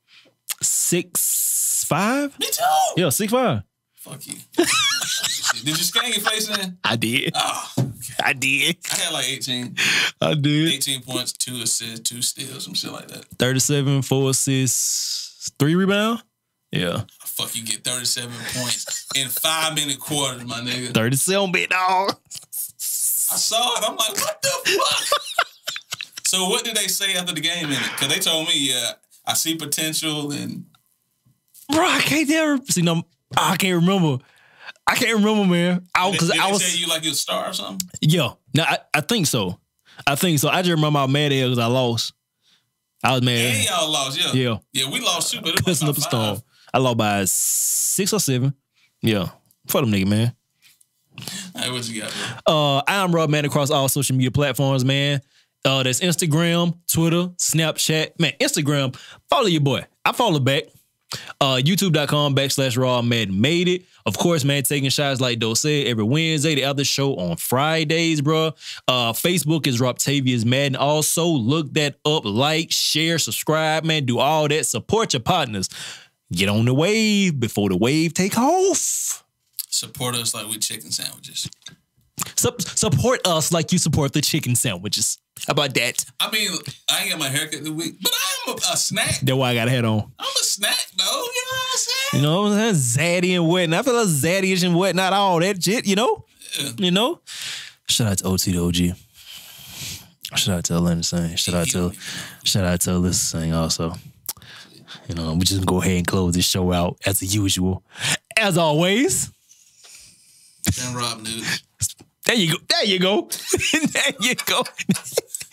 C: Six five?
B: Me too.
C: Yeah, six five.
B: Fuck you. Did you scan your face in?
C: I did.
B: Ah,
C: I did.
B: I had like 18,
C: I did.
B: 18 points, two assists, two steals, some shit like that.
C: 37, four assists, three rebound. Yeah.
B: Fuck you, get 37 points in five minute quarters, my nigga.
C: 37 bit dog.
B: I saw it. I'm like, what the fuck? so what did they say after the game in it? Because they told me, yeah, I see potential and
C: Bro, I can't ever see no I can't remember. I can't remember, man. I
B: did,
C: Oh, cause
B: did
C: I
B: they
C: was
B: tell you like you're a star or something?
C: Yeah. No, I, I think so. I think so. I just remember how mad I was because I lost. I was mad.
B: And y'all lost, yeah.
C: Yeah.
B: Yeah, we lost too, but it was
C: Pissing
B: like by
C: up the
B: five.
C: storm. I lost by six or seven. Yeah. Fuck them nigga, man.
B: Hey, what you got, bro?
C: Uh, I'm Rob Man across all social media platforms, man. Uh, that's Instagram, Twitter, Snapchat. Man, Instagram, follow your boy. I follow back. Uh, YouTube.com backslash Raw Man made it. Of course, man, taking shots like Dose said every Wednesday. The other show on Fridays, bro. Uh, Facebook is Roptavius Madden. Also, look that up, like, share, subscribe, man. Do all that. Support your partners. Get on the wave before the wave take off.
B: Support us like we chicken sandwiches.
C: Sup- support us like you support the chicken sandwiches. How about that?
B: I mean, I ain't got my haircut this week, but I'm a, a snack.
C: That's why I got a hat on.
B: I'm a snack, though. You know what I'm
C: You
B: saying?
C: know what I'm saying? Zaddy and whatnot. I feel like zaddy and whatnot, all that shit, you know? You know? Shout out to OT to OG. Shout out to Atlanta Sing. Shout out to shout out to Alyssa Sing also. You know, we just gonna go ahead and close this show out as usual. As always.
B: And Rob News.
C: There you go. There you go. there you go.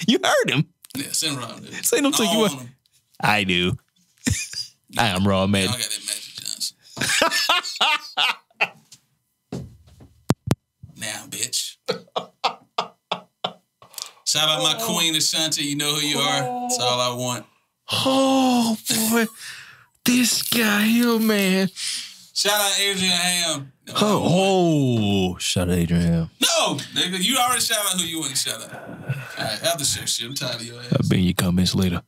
C: you heard him.
B: Yeah, send Rob News.
C: Send him to
B: I
C: you.
B: don't want him.
C: I do. I am raw man.
B: Y'all got that Magic Johnson. now, bitch. Shout out my queen, Ashanti. You know who you are. That's all I want.
D: Oh boy, this guy here, man.
B: Shout out Adrian Ham. No,
C: Oh, shout out Adrian Ham.
B: no, nigga, you already shout out who you want to shout out. All right, have the show shit. I'm tired of your ass.
C: I'll be in your comments later.